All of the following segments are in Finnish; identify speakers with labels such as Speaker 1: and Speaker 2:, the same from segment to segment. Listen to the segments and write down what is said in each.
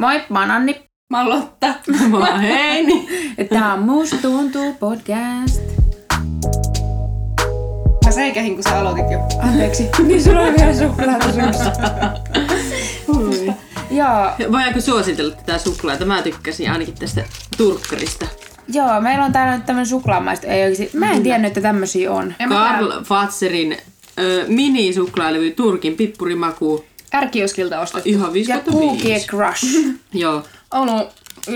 Speaker 1: Moi, mä oon Anni.
Speaker 2: Mä oon Lotta. Mä oon
Speaker 3: niin.
Speaker 2: Heini.
Speaker 1: Tää on Musta tuntuu podcast.
Speaker 2: Mä säikähin, kun sä aloitit jo.
Speaker 1: Anteeksi, niin sulla on vielä suklaata suussa. Joo,
Speaker 3: Voidaanko suositella tätä suklaata? Mä tykkäsin ainakin tästä turkkarista.
Speaker 1: joo, meillä on täällä nyt tämmönen suklaamaista. Ei oikeesti, mä en tiennyt, että tämmösiä on.
Speaker 2: En mä
Speaker 3: Karl Fatserin ö, minisuklaalevy Turkin pippurimaku.
Speaker 2: tää Ärkioskilta ostettu.
Speaker 3: Ihan
Speaker 1: Ja
Speaker 3: 55.
Speaker 1: Cookie Crush.
Speaker 3: Joo.
Speaker 2: Oulun yl-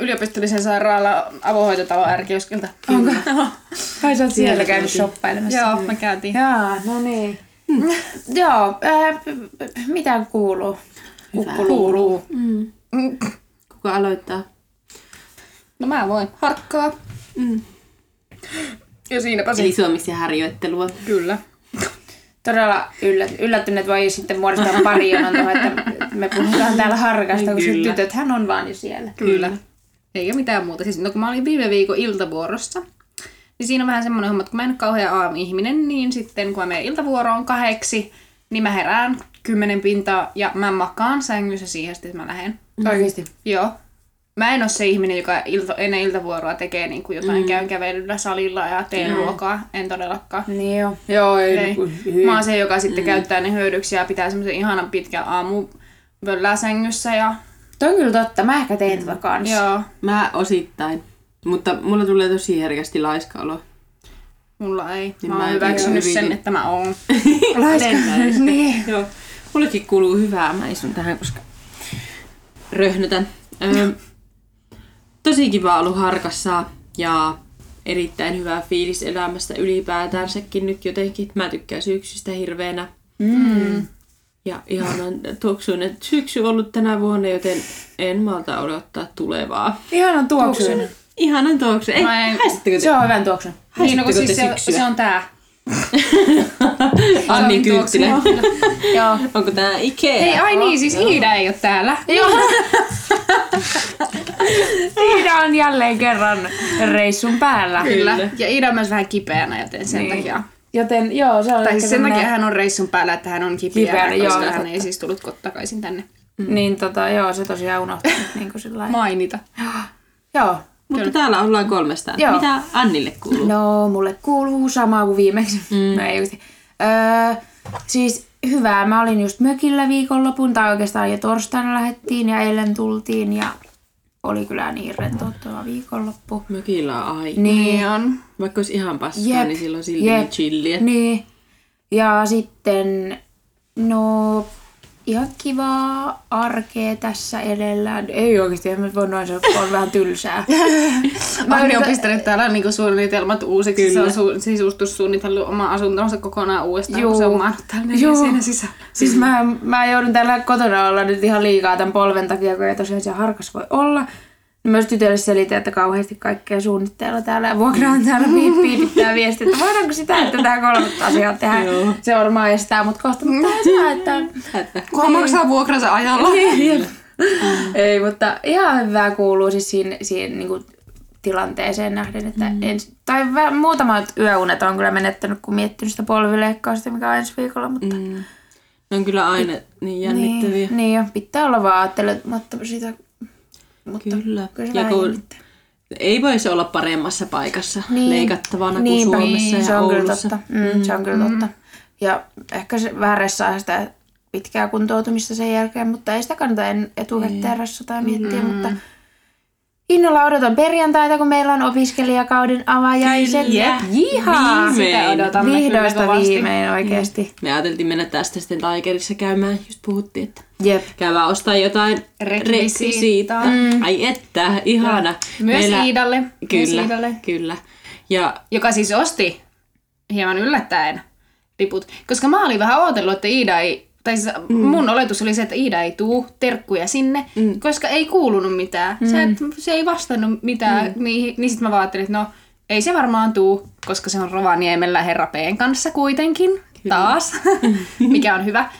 Speaker 2: yliopistollisen sairaalan avohoitotalo ärkioskilta.
Speaker 1: Onko? Kai sä oot siellä käynyt
Speaker 3: käytiin.
Speaker 1: shoppailemassa.
Speaker 2: Joo, me käytiin. Mm. äh,
Speaker 1: Jaa, no niin. Joo, ää, mitä kuuluu? Kukku luuluu.
Speaker 3: Kuka aloittaa?
Speaker 2: No mä voin. Harkkaa.
Speaker 1: Mm.
Speaker 2: Ja siinäpä
Speaker 3: Eli
Speaker 2: siis.
Speaker 3: suomeksi harjoittelua.
Speaker 2: Kyllä.
Speaker 1: Todella yllät, yllättyneet voi sitten muodostaa pari on tuohon, että me puhutaan täällä harkasta, kun
Speaker 3: Kyllä.
Speaker 1: se tytöt, hän on vaan jo siellä.
Speaker 2: Kyllä. Eikä mitään muuta. Siis, no kun mä olin viime viikon iltavuorossa, niin siinä on vähän semmoinen homma, että kun mä en ole kauhean aamu-ihminen, niin sitten kun mä menen iltavuoroon kahdeksi, niin mä herään kymmenen pintaa ja mä makaan sängyssä siihen sitten, että mä lähden.
Speaker 1: Oikeesti.
Speaker 2: Joo. Mä en ole se ihminen, joka ilta, ennen iltavuoroa tekee niin kuin jotain, mm. käyn kävelyllä salilla ja teen mm. ruokaa. En todellakaan.
Speaker 1: Niin joo. niinku
Speaker 2: Joo, ei. ei. Mä oon se, joka sitten mm. käyttää ne hyödyksi ja pitää semmoisen ihanan pitkän aamu völlää sängyssä ja
Speaker 1: Toi on kyllä totta, mä ehkä teen tota kanssa.
Speaker 2: joo,
Speaker 3: Mä osittain. Mutta mulla tulee tosi herkästi laiska olo.
Speaker 2: mulla ei.
Speaker 3: Niin
Speaker 2: mä
Speaker 3: mä
Speaker 2: oon
Speaker 3: en
Speaker 2: hyväksynyt
Speaker 3: tiedä.
Speaker 2: sen, että mä oon.
Speaker 1: Laiska.
Speaker 3: Lennäistä.
Speaker 1: niin.
Speaker 3: Joo. Mullekin kuuluu hyvää. Mä istun tähän, koska röhnötän. Öö, tosi kiva ollut harkassa ja erittäin hyvä fiilis elämästä ylipäätänsäkin nyt jotenkin. Mä tykkään syksystä hirveänä.
Speaker 1: Mm.
Speaker 3: Ja ihanan tuoksuinen syksy ollut tänä vuonna, joten en malta odottaa tulevaa.
Speaker 1: Ihanan tuoksuinen.
Speaker 3: Ihanan tuoksu. Ei,
Speaker 2: Mä en-
Speaker 3: haistatteko te?
Speaker 1: Se on hyvän tuoksun.
Speaker 2: Niin, no, kun
Speaker 3: Haistatteko
Speaker 2: siis
Speaker 3: te
Speaker 2: se, on-
Speaker 3: syksyä?
Speaker 2: se on tää.
Speaker 3: Anni
Speaker 2: Se on
Speaker 3: Kynttilä.
Speaker 2: tuoksua.
Speaker 1: joo.
Speaker 3: Onko tää Ikea?
Speaker 2: Ei, ai niin, siis Iida ei ole täällä.
Speaker 1: Joo. Iida on jälleen kerran reissun päällä.
Speaker 2: Kyllä. Ja Iida on myös vähän kipeänä, joten sen takia.
Speaker 1: Joten joo, se on
Speaker 2: Tai
Speaker 1: ehkä
Speaker 2: siis sen takia
Speaker 1: semmonen-
Speaker 2: hän on reissun päällä, että hän on kipeänä,
Speaker 1: Kipeänä, joo,
Speaker 2: koska hän
Speaker 1: totta.
Speaker 2: ei siis tullut kot- takaisin tänne
Speaker 1: Niin tota, joo, se tosiaan unohtunut niin kuin sillä lailla.
Speaker 2: mainita.
Speaker 1: Joo.
Speaker 3: Mutta täällä ollaan kolmestaan.
Speaker 1: Joo.
Speaker 3: Mitä Annille kuuluu?
Speaker 1: No, mulle kuuluu samaa kuin viimeksi. Mm. No ei oikeesti. öö, siis hyvää. Mä olin just mökillä viikonlopun, tai oikeastaan jo torstaina lähettiin ja eilen tultiin ja oli kyllä niin rentouttava viikonloppu.
Speaker 3: Mökillä on aika.
Speaker 2: Niin on.
Speaker 3: Vaikka olisi ihan paskaa,
Speaker 1: Jep,
Speaker 3: niin silloin silti
Speaker 1: jep.
Speaker 3: niin chilliä.
Speaker 1: Niin. Ja sitten, no, ihan kivaa arkea tässä edellään. Ei oikeasti, en mä voi noin sanoa, kun on vähän tylsää.
Speaker 2: Anni on pistänyt täällä niinku suunnitelmat uusiksi. Kyllä. Se on su- sisustussuunnitellut oma asuntonsa kokonaan uudestaan,
Speaker 1: Juu.
Speaker 2: Juu. kun se on maannut täällä
Speaker 1: Juu.
Speaker 2: Juu. siinä sisällä.
Speaker 1: Siis mä, mä joudun täällä kotona olla nyt ihan liikaa tämän polven takia, kun ei tosiaan siellä harkas voi olla. Niin Myös tytölle selitän, että kauheasti kaikkea suunnitteilla täällä ja vuokraan täällä piip- piipittää viesti, että voidaanko sitä, että tämä kolmatta asiaa tehdään.
Speaker 3: Joo.
Speaker 1: Se varmaan estää mut kohta, mutta ei saa, että
Speaker 2: Kuka maksaa vuokransa ajalla?
Speaker 1: Ei, mutta ihan hyvää kuuluu siis siihen, siihen niin kuin, tilanteeseen nähden. Että mm. ens, tai vä, muutamat yöunet on kyllä menettänyt, kun miettinyt sitä polvileikkausta, mikä on ensi viikolla. Mutta, mm.
Speaker 3: Ne on kyllä aina niin jännittäviä.
Speaker 1: niin, niin jo, pitää olla vaan ajattelematta sitä. Mutta
Speaker 3: Kyllä.
Speaker 1: kyllä se
Speaker 3: Ja
Speaker 1: vähän
Speaker 3: kun
Speaker 1: jännittää.
Speaker 3: ei voisi olla paremmassa paikassa
Speaker 1: Niin.
Speaker 3: niin. leikattavana kuin
Speaker 1: Niinpä, Niin,
Speaker 3: Suomessa
Speaker 1: se
Speaker 3: ja
Speaker 1: on kyllä
Speaker 3: Oulussa.
Speaker 1: totta. Mm, se on kyllä totta. Ja ehkä se vähän ressaa sitä pitkää kuntoutumista sen jälkeen, mutta ei sitä kannata en, etukäteen ressata
Speaker 3: Niin.
Speaker 1: miettiä,
Speaker 3: Mm.
Speaker 1: mutta innolla odotan perjantaita, kun meillä on opiskelijakauden avajaiset.
Speaker 3: Kyllä.
Speaker 1: Jihaa!
Speaker 2: Sitä
Speaker 3: Viimein.
Speaker 2: odotamme kyllä
Speaker 1: Vihdoista
Speaker 2: kovasti.
Speaker 1: viimein oikeasti.
Speaker 3: Me ajateltiin mennä tästä sitten Tigerissa käymään, just puhuttiin, että
Speaker 1: Jep.
Speaker 3: käydään ostaa jotain
Speaker 2: Rekvisiittaa.
Speaker 3: rekvisiittaa.
Speaker 1: Mm.
Speaker 3: Ai että, ihana.
Speaker 2: Myös Meillä... Iidalle. Myös
Speaker 3: Kyllä,
Speaker 2: Iidalle.
Speaker 3: kyllä. Ja
Speaker 2: Joka siis osti hieman yllättäen liput. Koska mä olin vähän ootellut, että Iida ei... Tai siis mm. mun oletus oli se, että Iida ei tuu terkkuja sinne, mm. koska ei kuulunut mitään. Mm. Se, et- se ei vastannut mitään. Mm. Niin, niin sitten mä vaattelin, että no ei se varmaan tuu, koska se on Rovaniemellä herra P:n kanssa kuitenkin. Kyllä. Taas. Mikä on hyvä.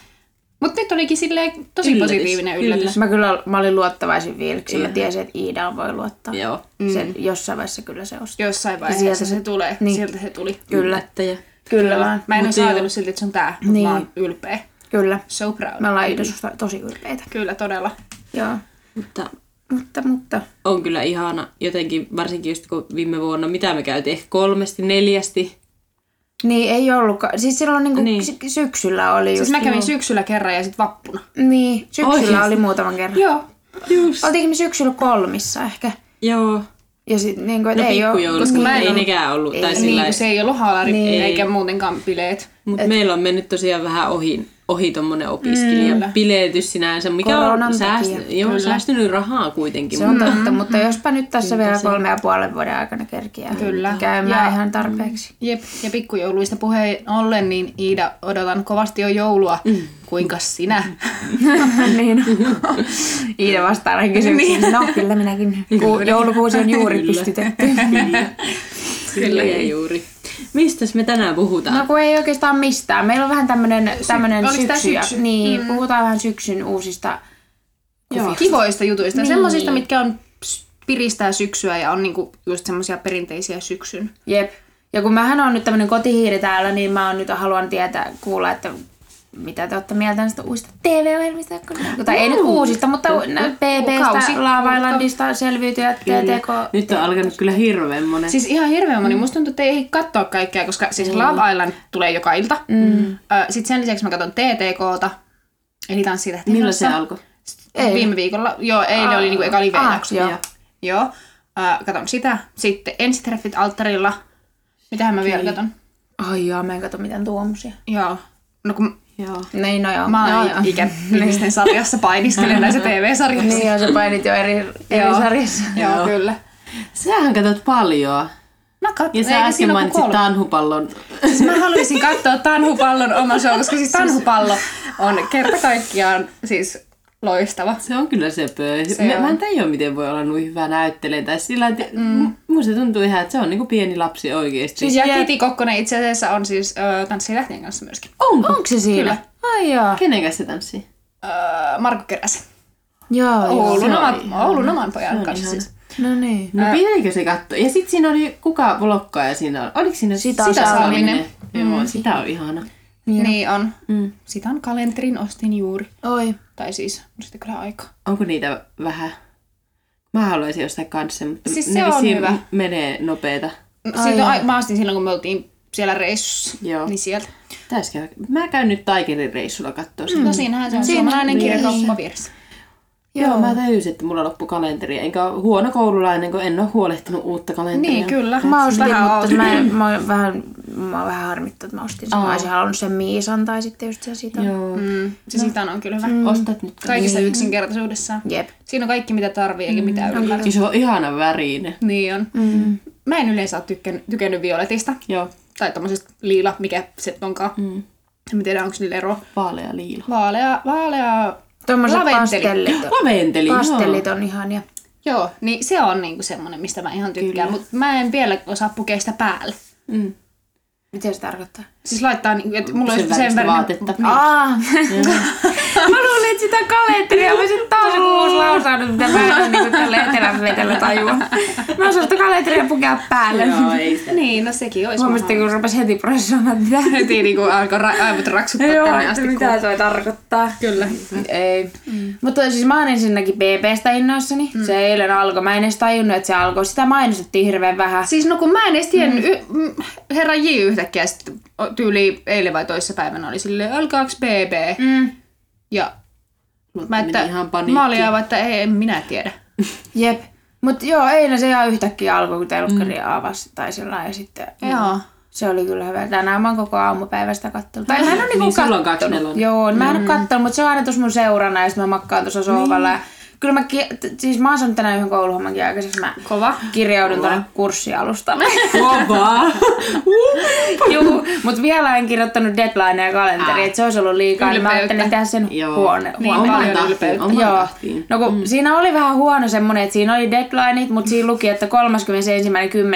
Speaker 2: Mutta nyt olikin silleen tosi
Speaker 3: Yllätys,
Speaker 2: positiivinen yllätys.
Speaker 3: kyllä.
Speaker 1: Mä kyllä mä olin luottavaisin fiiliksi. Mä tiesin, että Iidaan voi luottaa.
Speaker 3: joo,
Speaker 1: Sen, jossain vaiheessa kyllä se ostaa.
Speaker 2: Jossain vaiheessa
Speaker 1: Sieltä
Speaker 2: se tulee.
Speaker 1: Niin.
Speaker 2: Niin. Sieltä se tuli.
Speaker 1: Kyllä.
Speaker 3: yllättäjä.
Speaker 1: Kyllä vaan.
Speaker 2: Mä en
Speaker 3: Mut
Speaker 2: olisi
Speaker 3: joo.
Speaker 2: ajatellut silti, että se on tää, mutta
Speaker 1: Niin.
Speaker 2: niin. mä oon ylpeä.
Speaker 1: Kyllä.
Speaker 2: So proud.
Speaker 1: Me ollaan Iidasusta tosi ylpeitä.
Speaker 2: Kyllä, todella.
Speaker 1: Joo.
Speaker 3: Mutta
Speaker 1: Mutta, mutta.
Speaker 3: on kyllä ihana jotenkin, varsinkin just kun viime vuonna, mitä me käytiin, ehkä kolmesti, neljästi.
Speaker 1: Niin, ei ollutkaan. Siis silloin niinku
Speaker 3: Niin.
Speaker 1: niin. syksyllä oli just.
Speaker 2: Siis mä kävin syksyllä kerran ja sitten vappuna.
Speaker 1: Niin, syksyllä
Speaker 3: Oikeesti?
Speaker 1: oli muutaman kerran.
Speaker 2: Joo.
Speaker 3: Just.
Speaker 1: Oltiinko me syksyllä kolmissa ehkä?
Speaker 3: Joo.
Speaker 1: Ja sit niinku, et
Speaker 3: No
Speaker 1: ei oo.
Speaker 3: pikkujoulut,
Speaker 2: koska mä en
Speaker 3: ei
Speaker 2: ollut-
Speaker 3: nekään ollut.
Speaker 1: ei.
Speaker 3: tai
Speaker 1: Niin,
Speaker 2: Niin,
Speaker 3: sillä
Speaker 2: kun se ei ollut haalari
Speaker 1: Niin.
Speaker 2: niin. eikä muutenkaan bileet.
Speaker 3: Mutta meillä on mennyt tosiaan vähän ohi, ohi tuommoinen opiskelijan
Speaker 2: Kyllä.
Speaker 3: mm, piletys sinänsä, mikä
Speaker 1: Koronan
Speaker 3: on sääst-
Speaker 1: takia,
Speaker 3: joo,
Speaker 2: kyllä.
Speaker 3: säästynyt rahaa kuitenkin.
Speaker 1: Se
Speaker 3: mutta-
Speaker 1: on totta, mutta jospa nyt tässä vielä kolme ja puolen vuoden aikana kerkiää
Speaker 2: Kyllä.
Speaker 1: käymään
Speaker 2: Ja-
Speaker 1: ihan tarpeeksi.
Speaker 2: Jep, ja pikkujouluista puheen ollen, niin Iida, odotan kovasti jo joulua. Mm. Kuinka sinä?
Speaker 1: niin. Iida vastaa näihin kysymyksiin. No kyllä minäkin. Ku- joulukuusi on juuri pystytetty.
Speaker 3: Kyllä ja juuri. Mistäs me tänään puhutaan?
Speaker 1: No kun ei oikeastaan mistään. Meillä on vähän tämmönen, tämmönen
Speaker 2: oliko tää
Speaker 1: syksy. ja-
Speaker 2: syksy?
Speaker 1: Niin, puhutaan vähän syksyn uusista.
Speaker 2: Joo. Kivoista jutuista. Niin. Semmoisista, mitkä on ps- piristää syksyä ja on niinku just semmoisia perinteisiä syksyn.
Speaker 1: Jep. Ja kun mähän on nyt tämmönen kotihiiri täällä, niin mä oon nyt haluan tietää, kuulla, että mitä te olette mieltä näistä uusista TV-ohjelmista? kun- Tai ei nyt uusista, mutta nä-
Speaker 2: Kausi.
Speaker 1: PPstä, Lava Islandista, selviytyjät, TTK.
Speaker 3: Nyt on alkanut kyllä hirveän monen.
Speaker 2: Siis ihan hirveän moni. Musta tuntuu, että ei ehdi katsoa kaikkea, koska siis Love Island tulee joka ilta. Mm. Sitten sen lisäksi mä katson TTKta, eli tanssitähti.
Speaker 3: Milloin se alkoi?
Speaker 1: Ei.
Speaker 2: Viime viikolla. Joo, eilen oli niinku eka live
Speaker 1: Aa, joo.
Speaker 2: Joo. Äh, katon sitä. Sitten ensitreffit alttarilla. Mitähän mä vielä katon?
Speaker 1: Ai joo, mä en katso mitään tuommoisia.
Speaker 2: Joo. No kun
Speaker 3: Joo.
Speaker 1: No ei, no joo.
Speaker 2: mä
Speaker 1: joo,
Speaker 2: oon
Speaker 1: joo.
Speaker 2: ikä ihmisten sarjassa painiskelen näissä TV-sarjoissa.
Speaker 1: Niin joo, sä painit jo eri, eri
Speaker 2: Joo.
Speaker 1: sarjassa.
Speaker 2: Joo, kyllä.
Speaker 3: Sähän katot paljon.
Speaker 2: Mä katson.
Speaker 3: Ja sä äsken mainitsit tanhupallon.
Speaker 2: Siis mä haluaisin katsoa Tanhupallon oma show, koska siis Tanhupallo on kerta kaikkiaan siis loistava.
Speaker 3: Se on kyllä söpö.
Speaker 2: Se
Speaker 3: Se mä,
Speaker 2: on.
Speaker 3: mä en tajua, miten voi olla noin hyvä näyttelijä. Tai sillä, että mm. musta tuntuu ihan, että se on niinku pieni lapsi oikeesti.
Speaker 2: Siis ja Kiti Kokkonen itse asiassa on siis öö, Tanssii lähtien kanssa myöskin.
Speaker 3: onko?
Speaker 1: Onko se siinä?
Speaker 2: Kyllä.
Speaker 1: Ai joo.
Speaker 3: Kenen kanssa se tanssii?
Speaker 2: Öö, Marko Keräsen.
Speaker 1: Joo, joo.
Speaker 2: Oulun,
Speaker 3: se on
Speaker 2: oman,
Speaker 3: ihana.
Speaker 2: Oulun oman pojan
Speaker 3: on
Speaker 2: kanssa
Speaker 3: ihana.
Speaker 2: siis.
Speaker 1: No niin.
Speaker 3: No pitäikö se katsoa? Ja sit siinä oli kuka vlokkaaja siinä oli? Oliko siinä
Speaker 1: Sita
Speaker 2: Salminen.
Speaker 3: Joo, sitä on ihana.
Speaker 2: Joo. Niin on.
Speaker 3: Mm.
Speaker 2: Sitä on kalenterin ostin juuri.
Speaker 1: Oi.
Speaker 2: Tai siis, on sitten kyllä aika.
Speaker 3: Onko niitä vähän? Mä haluaisin ostaa kanssa, mutta
Speaker 2: Siis
Speaker 3: ne
Speaker 2: se on
Speaker 3: vissiin
Speaker 2: hyvä.
Speaker 3: menee nopeeta.
Speaker 2: No,
Speaker 1: Ai
Speaker 2: siitä on,
Speaker 1: joo.
Speaker 2: ai- mä ostin silloin, kun me oltiin siellä reissussa.
Speaker 3: Joo.
Speaker 2: Niin sieltä.
Speaker 3: Täys käydä. Mä käyn nyt Tigerin reissulla kattoo sitä.
Speaker 2: No siinähän se on
Speaker 1: Siinä
Speaker 2: suomalainen
Speaker 1: on
Speaker 2: kirjakauppa vieressä.
Speaker 3: Joo, mä tajusin, että mulla loppu kalenteri, enkä ole huono koululainen, kun en ole huolehtinut uutta kalenteria.
Speaker 2: Niin, kyllä.
Speaker 1: Mä ostin,
Speaker 2: Vähän
Speaker 1: mutta
Speaker 2: outo.
Speaker 1: mä, en- mä, oon vähän, mä oon vähän harmittu, että mä ostin sen. Mä olisin halunnut sen Miisan tai sitten just sen sitä.
Speaker 3: Joo. Mm.
Speaker 2: Mm, se siitä on kyllä hyvä.
Speaker 3: Ostat nyt.
Speaker 2: Kaikissa yksinkertaisuudessaan.
Speaker 1: Jep.
Speaker 2: Siinä on kaikki, mitä tarvii, eikä mitään yllä.
Speaker 3: Siis se on ihana värinen.
Speaker 2: Niin on. Mm. Mä en yleensä ole tykännyt, tykännyt violetista.
Speaker 3: Joo,
Speaker 2: Tai tommosesta liila, mikä se onkaan. Mm. En tiedä, onko niillä ero.
Speaker 3: vaalea liila.
Speaker 2: Vaalea, vaalea.
Speaker 1: Tuommoiset
Speaker 2: Laventeli.
Speaker 1: pastellit. on-
Speaker 3: Laventeli,
Speaker 1: Pastellit on ihania.
Speaker 2: Joo, niin se on niinku semmonen, mistä mä ihan tykkään. Mutta mä en vielä osaa pukea sitä päälle.
Speaker 3: Mm.
Speaker 1: Miten se tarkoittaa?
Speaker 2: Siis laittaa, niinku, että mulla
Speaker 3: Sen
Speaker 2: olisi sen
Speaker 3: väristä
Speaker 2: verran.
Speaker 3: vaatetta.
Speaker 1: Aa! mä luulin, että sitä kalenteria mä sit taas joku uusi lausahdus, mitä mä en ole niin tälle etelän vetellä tajua. Mä osaan sitä kalenteria pukea päälle.
Speaker 3: Joo, ei sitä.
Speaker 2: Niin, no sekin olisi
Speaker 1: Huomasitte, kun rupes heti prosessoimaan mitä.
Speaker 2: Heti niinku alkoi ra- aivot raksuttaa tänne asti. kun-
Speaker 1: se voi tarkoittaa.
Speaker 2: Kyllä.
Speaker 1: Ei. Mm. Mutta siis mä oon ensinnäkin BBstä innoissani. Mm. Se eilen alkoi. Mä en edes tajunnut, että se alkoi. Sitä mainostettiin hirveän vähän.
Speaker 2: Siis no kun mä en edes tiennyt, y- mm, herra J yhtäkkiä sit o- tyyli eilen vai toissapäivänä oli silleen, alkaaks BB?
Speaker 1: Mm.
Speaker 2: Ja mä,
Speaker 3: Mä
Speaker 2: että,
Speaker 3: ihan
Speaker 2: mä
Speaker 3: paniikkiin.
Speaker 2: olin aivan, että ei, en minä tiedä.
Speaker 1: Jep. Mut joo, eilen se ihan yhtäkkiä alkoi, kun telkkari mm. avasi tai sillä ja sitten...
Speaker 2: Joo.
Speaker 1: Se oli kyllä hyvä. Tänään mä oon koko aamupäivästä kattellut. Tai mä en oo niinku
Speaker 3: Niin, sulla
Speaker 1: kattonut.
Speaker 3: on kaksi nelonen.
Speaker 1: Joo, mä en oo kattellut, mutta se on aina tuossa mun seurana ja sit mä makkaan tuossa sohvalla. Ja kyllä mä, ki- t- siis mä oon saanut tänään yhden kouluhommankin aikaiseksi. Mä
Speaker 2: Kova.
Speaker 1: kirjaudun tuonne kurssialustalle.
Speaker 3: Kovaa.
Speaker 1: Juu, mutta vielä en kirjoittanut deadlinea ja kalenteria, että se olisi ollut liikaa, niin mä
Speaker 2: Ylpeyttä.
Speaker 1: ajattelin tehdä sen
Speaker 3: Joo.
Speaker 1: huone.
Speaker 2: Niin
Speaker 1: huone-
Speaker 2: paljon
Speaker 3: tahtiin,
Speaker 2: ylpeyttä.
Speaker 3: omaan
Speaker 1: Joo.
Speaker 3: tahtiin.
Speaker 1: No kun mm. siinä oli vähän huono semmoinen, että siinä oli deadlineit, mutta siinä luki, että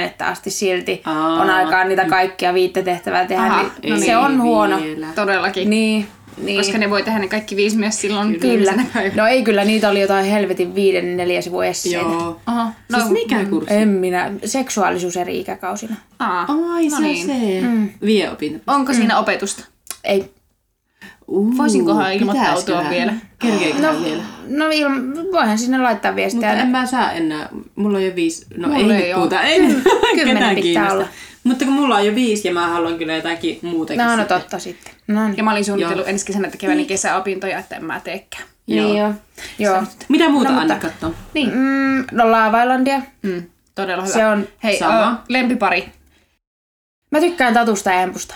Speaker 1: 31.10. asti silti
Speaker 3: Aa. mm.
Speaker 1: on aikaa niitä kaikkia viittä tehtävää tehdä,
Speaker 2: Aha,
Speaker 1: Aha, niin
Speaker 2: no
Speaker 1: se
Speaker 3: niin,
Speaker 1: on huono.
Speaker 3: vielä.
Speaker 2: Todellakin. Niin.
Speaker 1: Niin, niin.
Speaker 2: Koska ne voi tehdä ne kaikki viisi myös silloin
Speaker 1: Kyllä.
Speaker 2: viimeisenä päivänä.
Speaker 1: No ei kyllä, niitä oli jotain helvetin viiden neljä sivun esseitä.
Speaker 3: Joo.
Speaker 2: Aha, no,
Speaker 3: No, siis mikä kurssi?
Speaker 1: En minä. Seksuaalisuus eri ikäkausina.
Speaker 2: aa,
Speaker 3: Ai,
Speaker 2: no
Speaker 3: se
Speaker 2: niin.
Speaker 3: on se. Mm. Vie opinto.
Speaker 2: Onko siinä opetusta?
Speaker 1: Ei.
Speaker 3: Uu,
Speaker 2: Voisinkohan ilmoittautua
Speaker 3: pitäisiköhän?
Speaker 2: vielä?
Speaker 3: Kerkeiköhän
Speaker 1: No,
Speaker 3: vielä?
Speaker 1: no ilma, voihan sinne laittaa viestiä.
Speaker 3: Mutta en mä saa enää. Mulla on jo viisi. No ei,
Speaker 2: Mulla ei
Speaker 3: nyt
Speaker 2: oo.
Speaker 3: puhuta. Ei
Speaker 1: kymmenen
Speaker 3: ketään
Speaker 1: pitää
Speaker 3: kiinnosta.
Speaker 1: olla.
Speaker 3: Mutta kun mulla on jo viisi ja mä haluan kyllä jotakin muutenkin.
Speaker 1: No, no
Speaker 3: sitten.
Speaker 1: totta sitten. No
Speaker 2: Ja
Speaker 1: niin.
Speaker 2: mä olin suunnitellut ensi kesänä tekeväni kesäopintoja, että en mä teekään.
Speaker 1: Niin joo. joo.
Speaker 3: Mitä muuta
Speaker 1: No,
Speaker 3: no,
Speaker 1: mutta-
Speaker 3: Anna katsoo?
Speaker 2: Niin.
Speaker 1: Mm, no Laavailandia.
Speaker 2: Mm, todella hyvä.
Speaker 1: Se on-
Speaker 2: Hei,
Speaker 3: Sama.
Speaker 2: Ö, lempipari.
Speaker 1: Mä tykkään Tatusta ja Empusta.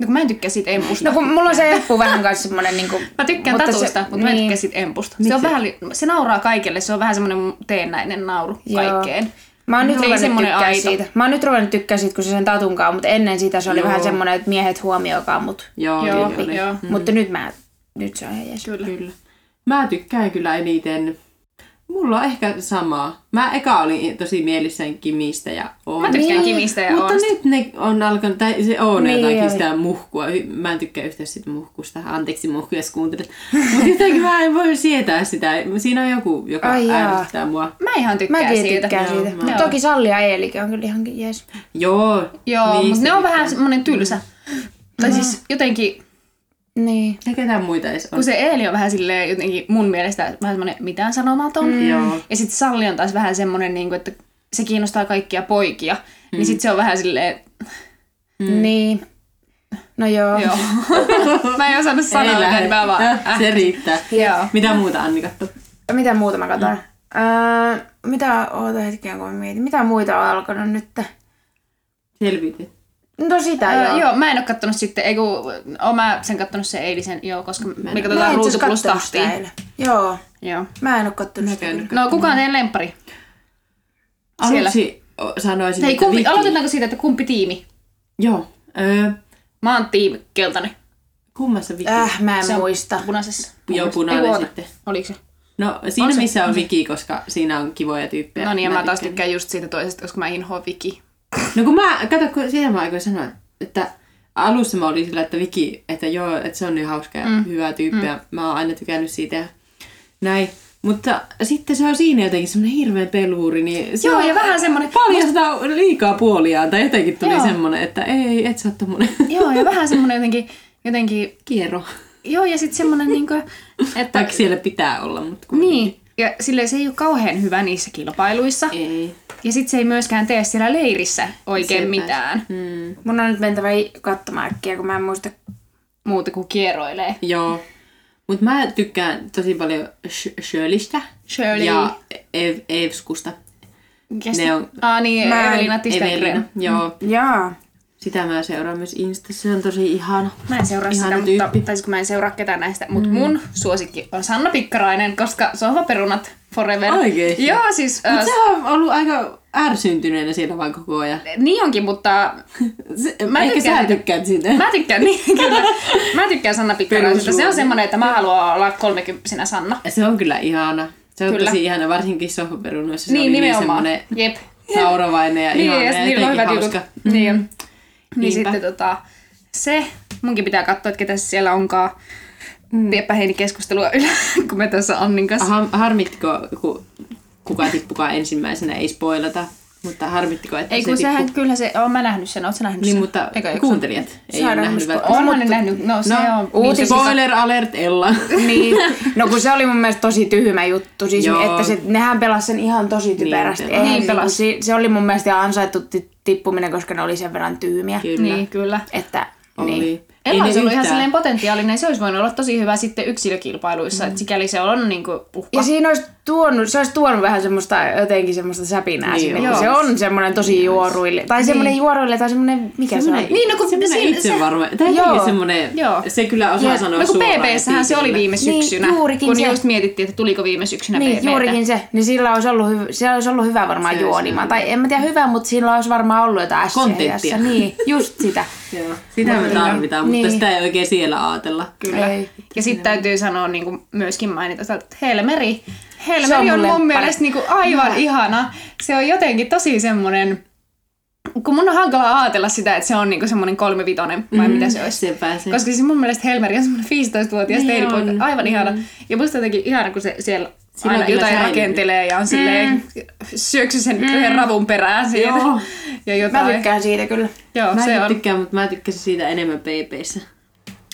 Speaker 2: No kun mä en tykkää siitä empusta.
Speaker 1: No kun mulla on se Eppu vähän kanssa semmonen niinku...
Speaker 2: Mä tykkään
Speaker 1: Mutta
Speaker 2: mutta
Speaker 1: se-
Speaker 2: tatusta, mutta mä en
Speaker 1: niin.
Speaker 2: tykkää siitä empusta. Se, on vähän, li- se nauraa kaikille, se on vähän semmoinen teennäinen nauru
Speaker 1: Joo.
Speaker 2: kaikkeen.
Speaker 1: Mä oon nyt
Speaker 2: Ei
Speaker 1: ruvennut
Speaker 2: Niin, semmonen
Speaker 1: tykkää
Speaker 2: aito.
Speaker 1: siitä. Mä oon nyt ruvennut tykkää siitä, kun se sen tatunkaan, mutta ennen sitä se oli
Speaker 3: Joo.
Speaker 1: vähän semmonen, että miehet huomioikaa mut.
Speaker 3: Joo,
Speaker 2: Joo,
Speaker 3: joo, niin oli.
Speaker 2: joo.
Speaker 1: Mm. Mutta nyt mä... Nyt se on ihan jees.
Speaker 2: Kyllä.
Speaker 3: Kyllä. Mä tykkään kyllä eniten. Mulla on ehkä samaa. Mä eka olin tosi mielissäni Kimistä ja Oona.
Speaker 2: Mä tykkään Kimistä ja
Speaker 3: Mutta
Speaker 2: Oonasta.
Speaker 3: nyt ne on alkanut, tai se on
Speaker 1: Niin
Speaker 3: niin,
Speaker 1: oli.
Speaker 3: jotakin sitä muhkua. Y- Mä en tykkää yhtään sitä muhkusta. Anteeksi muhku, jos kuuntelet. Mutta jotenkin mä en voi sietää sitä. Siinä on joku, joka
Speaker 1: Ai jaa.
Speaker 3: ärsyttää mua.
Speaker 2: Mä ihan tykkään
Speaker 1: Mäkin
Speaker 2: siitä.
Speaker 1: tykkään
Speaker 2: Joo.
Speaker 1: siitä.
Speaker 2: Joo.
Speaker 1: Mutta toki Salli ja Eelikin on kyllä ihan jees.
Speaker 3: Joo.
Speaker 1: Niin,
Speaker 3: niin
Speaker 2: Joo,
Speaker 3: niistä
Speaker 2: mutta ne on
Speaker 3: tykkään.
Speaker 2: vähän semmoinen tylsä.
Speaker 1: Mm.
Speaker 2: Tai siis jotenkin,
Speaker 1: Niin.
Speaker 3: Ja ketään muita edes on.
Speaker 2: kun se Eeli on vähän silleen jotenkin mun mielestä vähän semmoinen mitään sanomaton. Mm.
Speaker 3: Joo.
Speaker 2: Ja sitten Salli on taas vähän semmoinen, niin kuin, että se kiinnostaa kaikkia poikia. Mm. Niin sitten se on vähän silleen,
Speaker 1: Mm. Niin. No joo.
Speaker 2: joo. mä en osannut sanoa,
Speaker 3: Ei lähde.
Speaker 2: mitään, mä vaan. Äh.
Speaker 3: Se riittää.
Speaker 2: Joo.
Speaker 3: Mitä muuta Annikattu?
Speaker 1: Mitä muuta mä katson?
Speaker 2: No.
Speaker 1: Öö, mitä, oota hetken kun mä mietin, mitä muita on alkanut nyt?
Speaker 3: Selvitit.
Speaker 1: No sitä
Speaker 2: Joo.
Speaker 1: joo.
Speaker 2: joo, mä en ole kattonut sitten, ei kun, oon mä sen kattonut sen eilisen, joo, koska me
Speaker 1: Mä
Speaker 2: katsotaan
Speaker 1: No en itse
Speaker 2: Ruutu
Speaker 1: asiassa
Speaker 2: plus
Speaker 1: kattonut sitä
Speaker 2: tahtiin.
Speaker 1: eilen. Joo.
Speaker 2: Joo.
Speaker 1: Mä en oo kattonut sitä.
Speaker 3: Mäkään en
Speaker 2: No, kuka on teidän lemppari? Siellä.
Speaker 3: Aluksi o, sanoisin,
Speaker 2: Hei,
Speaker 3: että
Speaker 2: kumpi,
Speaker 3: Viki-
Speaker 2: aloitetaanko siitä, että kumpi tiimi?
Speaker 3: Joo. Öö,
Speaker 2: Mä oon tiimi keltainen.
Speaker 3: kummassa Viki?
Speaker 1: Äh, mä en
Speaker 2: Se on
Speaker 1: muista.
Speaker 2: Punaisessa.
Speaker 3: Joo,
Speaker 2: Ei,
Speaker 3: punainen
Speaker 2: vuonna.
Speaker 3: sitten.
Speaker 2: Oliko se?
Speaker 3: No siinä
Speaker 2: On se-
Speaker 3: missä on Viki, koska siinä on kivoja tyyppejä.
Speaker 2: No niin, ja mä, taas
Speaker 3: tykkään.
Speaker 2: tykkään just siitä toisesta, koska mä inhoan Viki.
Speaker 3: No kun mä, kato, kun siihen mä aikoin sanoa, että alussa mä olin sillä, että Viki, että joo, että se on niin hauska ja mm. hyvä tyyppi mm. ja mä oon aina tykännyt siitä ja näin. Mutta sitten se on siinä jotenkin semmoinen hirveä peluri, niin se
Speaker 2: Joo,
Speaker 3: on
Speaker 2: ja vähän semmoinen...
Speaker 3: paljastaa liikaa puoliaan tai jotenkin tuli
Speaker 2: Joo.
Speaker 3: semmoinen, että ei, et sä oot tommonen
Speaker 2: Joo, ja vähän semmoinen jotenkin... jotenkin
Speaker 3: kierro.
Speaker 2: joo, ja sitten semmoinen niinku, että...
Speaker 3: Vaikka siellä pitää olla, mutta kun...
Speaker 2: Niin. Ja silleen se ei ole kauhean hyvä niissä kilpailuissa.
Speaker 3: Ei.
Speaker 2: Ja sitten se ei myöskään tee siellä leirissä oikein
Speaker 3: Sepä.
Speaker 2: mitään
Speaker 3: Mm.
Speaker 1: Mun on nyt mentävä i- katsomaan äkkiä, kun mä en muista.
Speaker 2: muuta kuin kieroilee.
Speaker 3: Joo. Mutta mä tykkään tosi paljon Sh- Shirleystä
Speaker 2: Shirley.
Speaker 3: ja E- Ev- Evskusta.
Speaker 2: Kestä-
Speaker 3: Ne on-
Speaker 2: Ah niin,
Speaker 1: Mä en-
Speaker 2: Evelina Mm. Tistengren.
Speaker 3: Joo.
Speaker 1: Jaa.
Speaker 3: Sitä mä seuraan myös Instassa, se on tosi ihana.
Speaker 2: Mä en seuraa
Speaker 3: Ihana
Speaker 2: sitä, mutta,
Speaker 3: tyyppi. Mm.
Speaker 2: tai siis kun mä en seuraa ketään näistä, mutta mun suosikki on Sanna Pikkarainen, koska sohvaperunat forever.
Speaker 3: Oikeesti?
Speaker 2: Joo, siis äh,
Speaker 3: Mut se on ollut aika ärsyntyneenä siellä vaan koko ajan.
Speaker 2: niin onkin, mutta
Speaker 3: Se,
Speaker 2: Mä
Speaker 3: mä ehkä
Speaker 2: tykkään
Speaker 3: sä
Speaker 2: siitä.
Speaker 3: tykkäät siitä.
Speaker 2: mä tykkään, niin, kyllä, mä tykkään Sanna Pikkaraisesta. Se on
Speaker 3: Perusluonne.
Speaker 2: semmoinen, että mä haluan olla kolmekymppisenä Sanna.
Speaker 3: Se on kyllä ihana. Se on
Speaker 2: Kyllä.
Speaker 3: tosi ihana, varsinkin sohvaperunoissa. Se
Speaker 2: niin,
Speaker 3: oli
Speaker 2: nimenomaan.
Speaker 3: Niin semmoinen
Speaker 2: Jep.
Speaker 3: nauravainen ja
Speaker 2: Niin,
Speaker 3: ihana
Speaker 2: ja
Speaker 3: ja,
Speaker 2: niillä on
Speaker 3: jotenkin
Speaker 2: hyvät
Speaker 3: hauska. Mm.
Speaker 2: jutut. Niin, on. niin
Speaker 3: Niinpä.
Speaker 2: sitten tota, se, munkin pitää katsoa, että ketä se siellä onkaan. Mm. Vieppä heini keskustelua ylä, kun me tässä Annin kanssa.
Speaker 3: Aha, harmittiko, ku, kuka tippukaan ensimmäisenä, ei spoilata, mutta harmittiko, että
Speaker 2: Ei
Speaker 3: se
Speaker 2: kun
Speaker 3: tippu-
Speaker 2: sehän, kyllä se, oon mä nähnyt sen, oot sä nähnyt
Speaker 3: Niin,
Speaker 2: sen?
Speaker 3: mutta
Speaker 2: Eikö, eikö
Speaker 3: kuuntelijat ei ole
Speaker 1: Saadaan
Speaker 3: nähnyt
Speaker 1: musta-
Speaker 3: välttämättä.
Speaker 2: Oon mä nyt nähnyt, no, se
Speaker 3: No,
Speaker 2: on...
Speaker 3: uusi
Speaker 2: niin, se-
Speaker 3: spoiler alert Ella.
Speaker 1: Niin. No kun se oli mun mielestä tosi tyhmä juttu. Siis
Speaker 3: Joo.
Speaker 1: että se, nehän pelasi sen ihan tosi typerästi.
Speaker 3: Niin
Speaker 1: Eihän
Speaker 3: pelasi.
Speaker 2: Niin
Speaker 1: niinku
Speaker 2: pelasi.
Speaker 1: si- se oli mun mielestä ihan ansaittu ti- tippuminen, koska ne oli sen verran tyhmiä.
Speaker 3: Kyllä,
Speaker 2: Niin, kyllä.
Speaker 1: Että
Speaker 3: oli.
Speaker 1: niin.
Speaker 2: Ella
Speaker 3: ne
Speaker 2: olisi ollut ihan
Speaker 3: yhtään-
Speaker 2: silleen potentiaalinen, se olisi voinut olla tosi hyvä sitten yksilökilpailuissa, mm. että sikäli se on niin kuin
Speaker 1: Ja
Speaker 2: puhka.
Speaker 1: siinä olisi tuonut, se olisi tuonut vähän semmoista, jotenkin semmoista säpinää
Speaker 3: Niin
Speaker 1: sinne, kun
Speaker 2: joo.
Speaker 1: se on semmoinen tosi juoruille. Tai semmoinen juoruille tai semmoinen, mikä se on?
Speaker 3: Semmoinen, niin, no, kun semmoinen
Speaker 2: siinä-
Speaker 3: itse
Speaker 2: se-
Speaker 3: varma. Tai
Speaker 1: Joo.
Speaker 3: jotenkin semmoinen,
Speaker 2: Joo.
Speaker 3: se kyllä osaa sanoa
Speaker 2: no kun
Speaker 3: suoraan.
Speaker 2: PPssähän se oli viime
Speaker 1: Niin,
Speaker 2: syksynä,
Speaker 1: juurikin
Speaker 2: kun
Speaker 1: se.
Speaker 2: just mietittiin, että tuliko viime syksynä
Speaker 1: Niin,
Speaker 2: PPtä.
Speaker 1: juurikin se. Niin sillä olisi ollut, hyv- sillä olisi ollut hyvä varmaan
Speaker 3: Se olisi
Speaker 1: juonima. Tai en mä tiedä hyvä, mutta sillä olisi varmaan ollut jotain SCH:ssä.
Speaker 3: Kontenttia.
Speaker 1: Niin, just sitä.
Speaker 3: Joo. Sitä me tarvitaan, mutta
Speaker 1: Niin.
Speaker 3: sitä ei oikein siellä ajatella.
Speaker 2: Kyllä.
Speaker 1: Ei.
Speaker 2: Ja sitten täytyy sanoa niin kuin myöskin mainita, sitä, että Helmeri, Helmeri
Speaker 1: Se on
Speaker 2: on,
Speaker 1: mun
Speaker 2: on mun
Speaker 1: lemppari.
Speaker 2: mielestä niin kuin aivan ihana. Se on jotenkin tosi semmoinen, kun mun on hankala ajatella sitä, että se on niin kuin semmoinen kolmevitonen vai mm. mitä se olisi.
Speaker 3: Se pääsee.
Speaker 2: Koska siis mun mielestä Helmeri on semmoinen 15-vuotias
Speaker 3: Niin
Speaker 2: teinipoika.
Speaker 3: on.
Speaker 2: Aivan ihana. Ja musta jotenkin ihana, kun se siellä
Speaker 3: Sillä
Speaker 2: aina
Speaker 3: kyllä
Speaker 2: jotain
Speaker 3: säilyy.
Speaker 2: rakentelee ja on silleen, syöksy sen yhden ravun perään siitä.
Speaker 3: Joo.
Speaker 2: Ja
Speaker 1: Mä
Speaker 2: jotain.
Speaker 1: tykkään siitä kyllä.
Speaker 2: Joo,
Speaker 3: Mä
Speaker 2: se on.
Speaker 3: en tykkään, mutta mä tykkäsin siitä enemmän PPssä.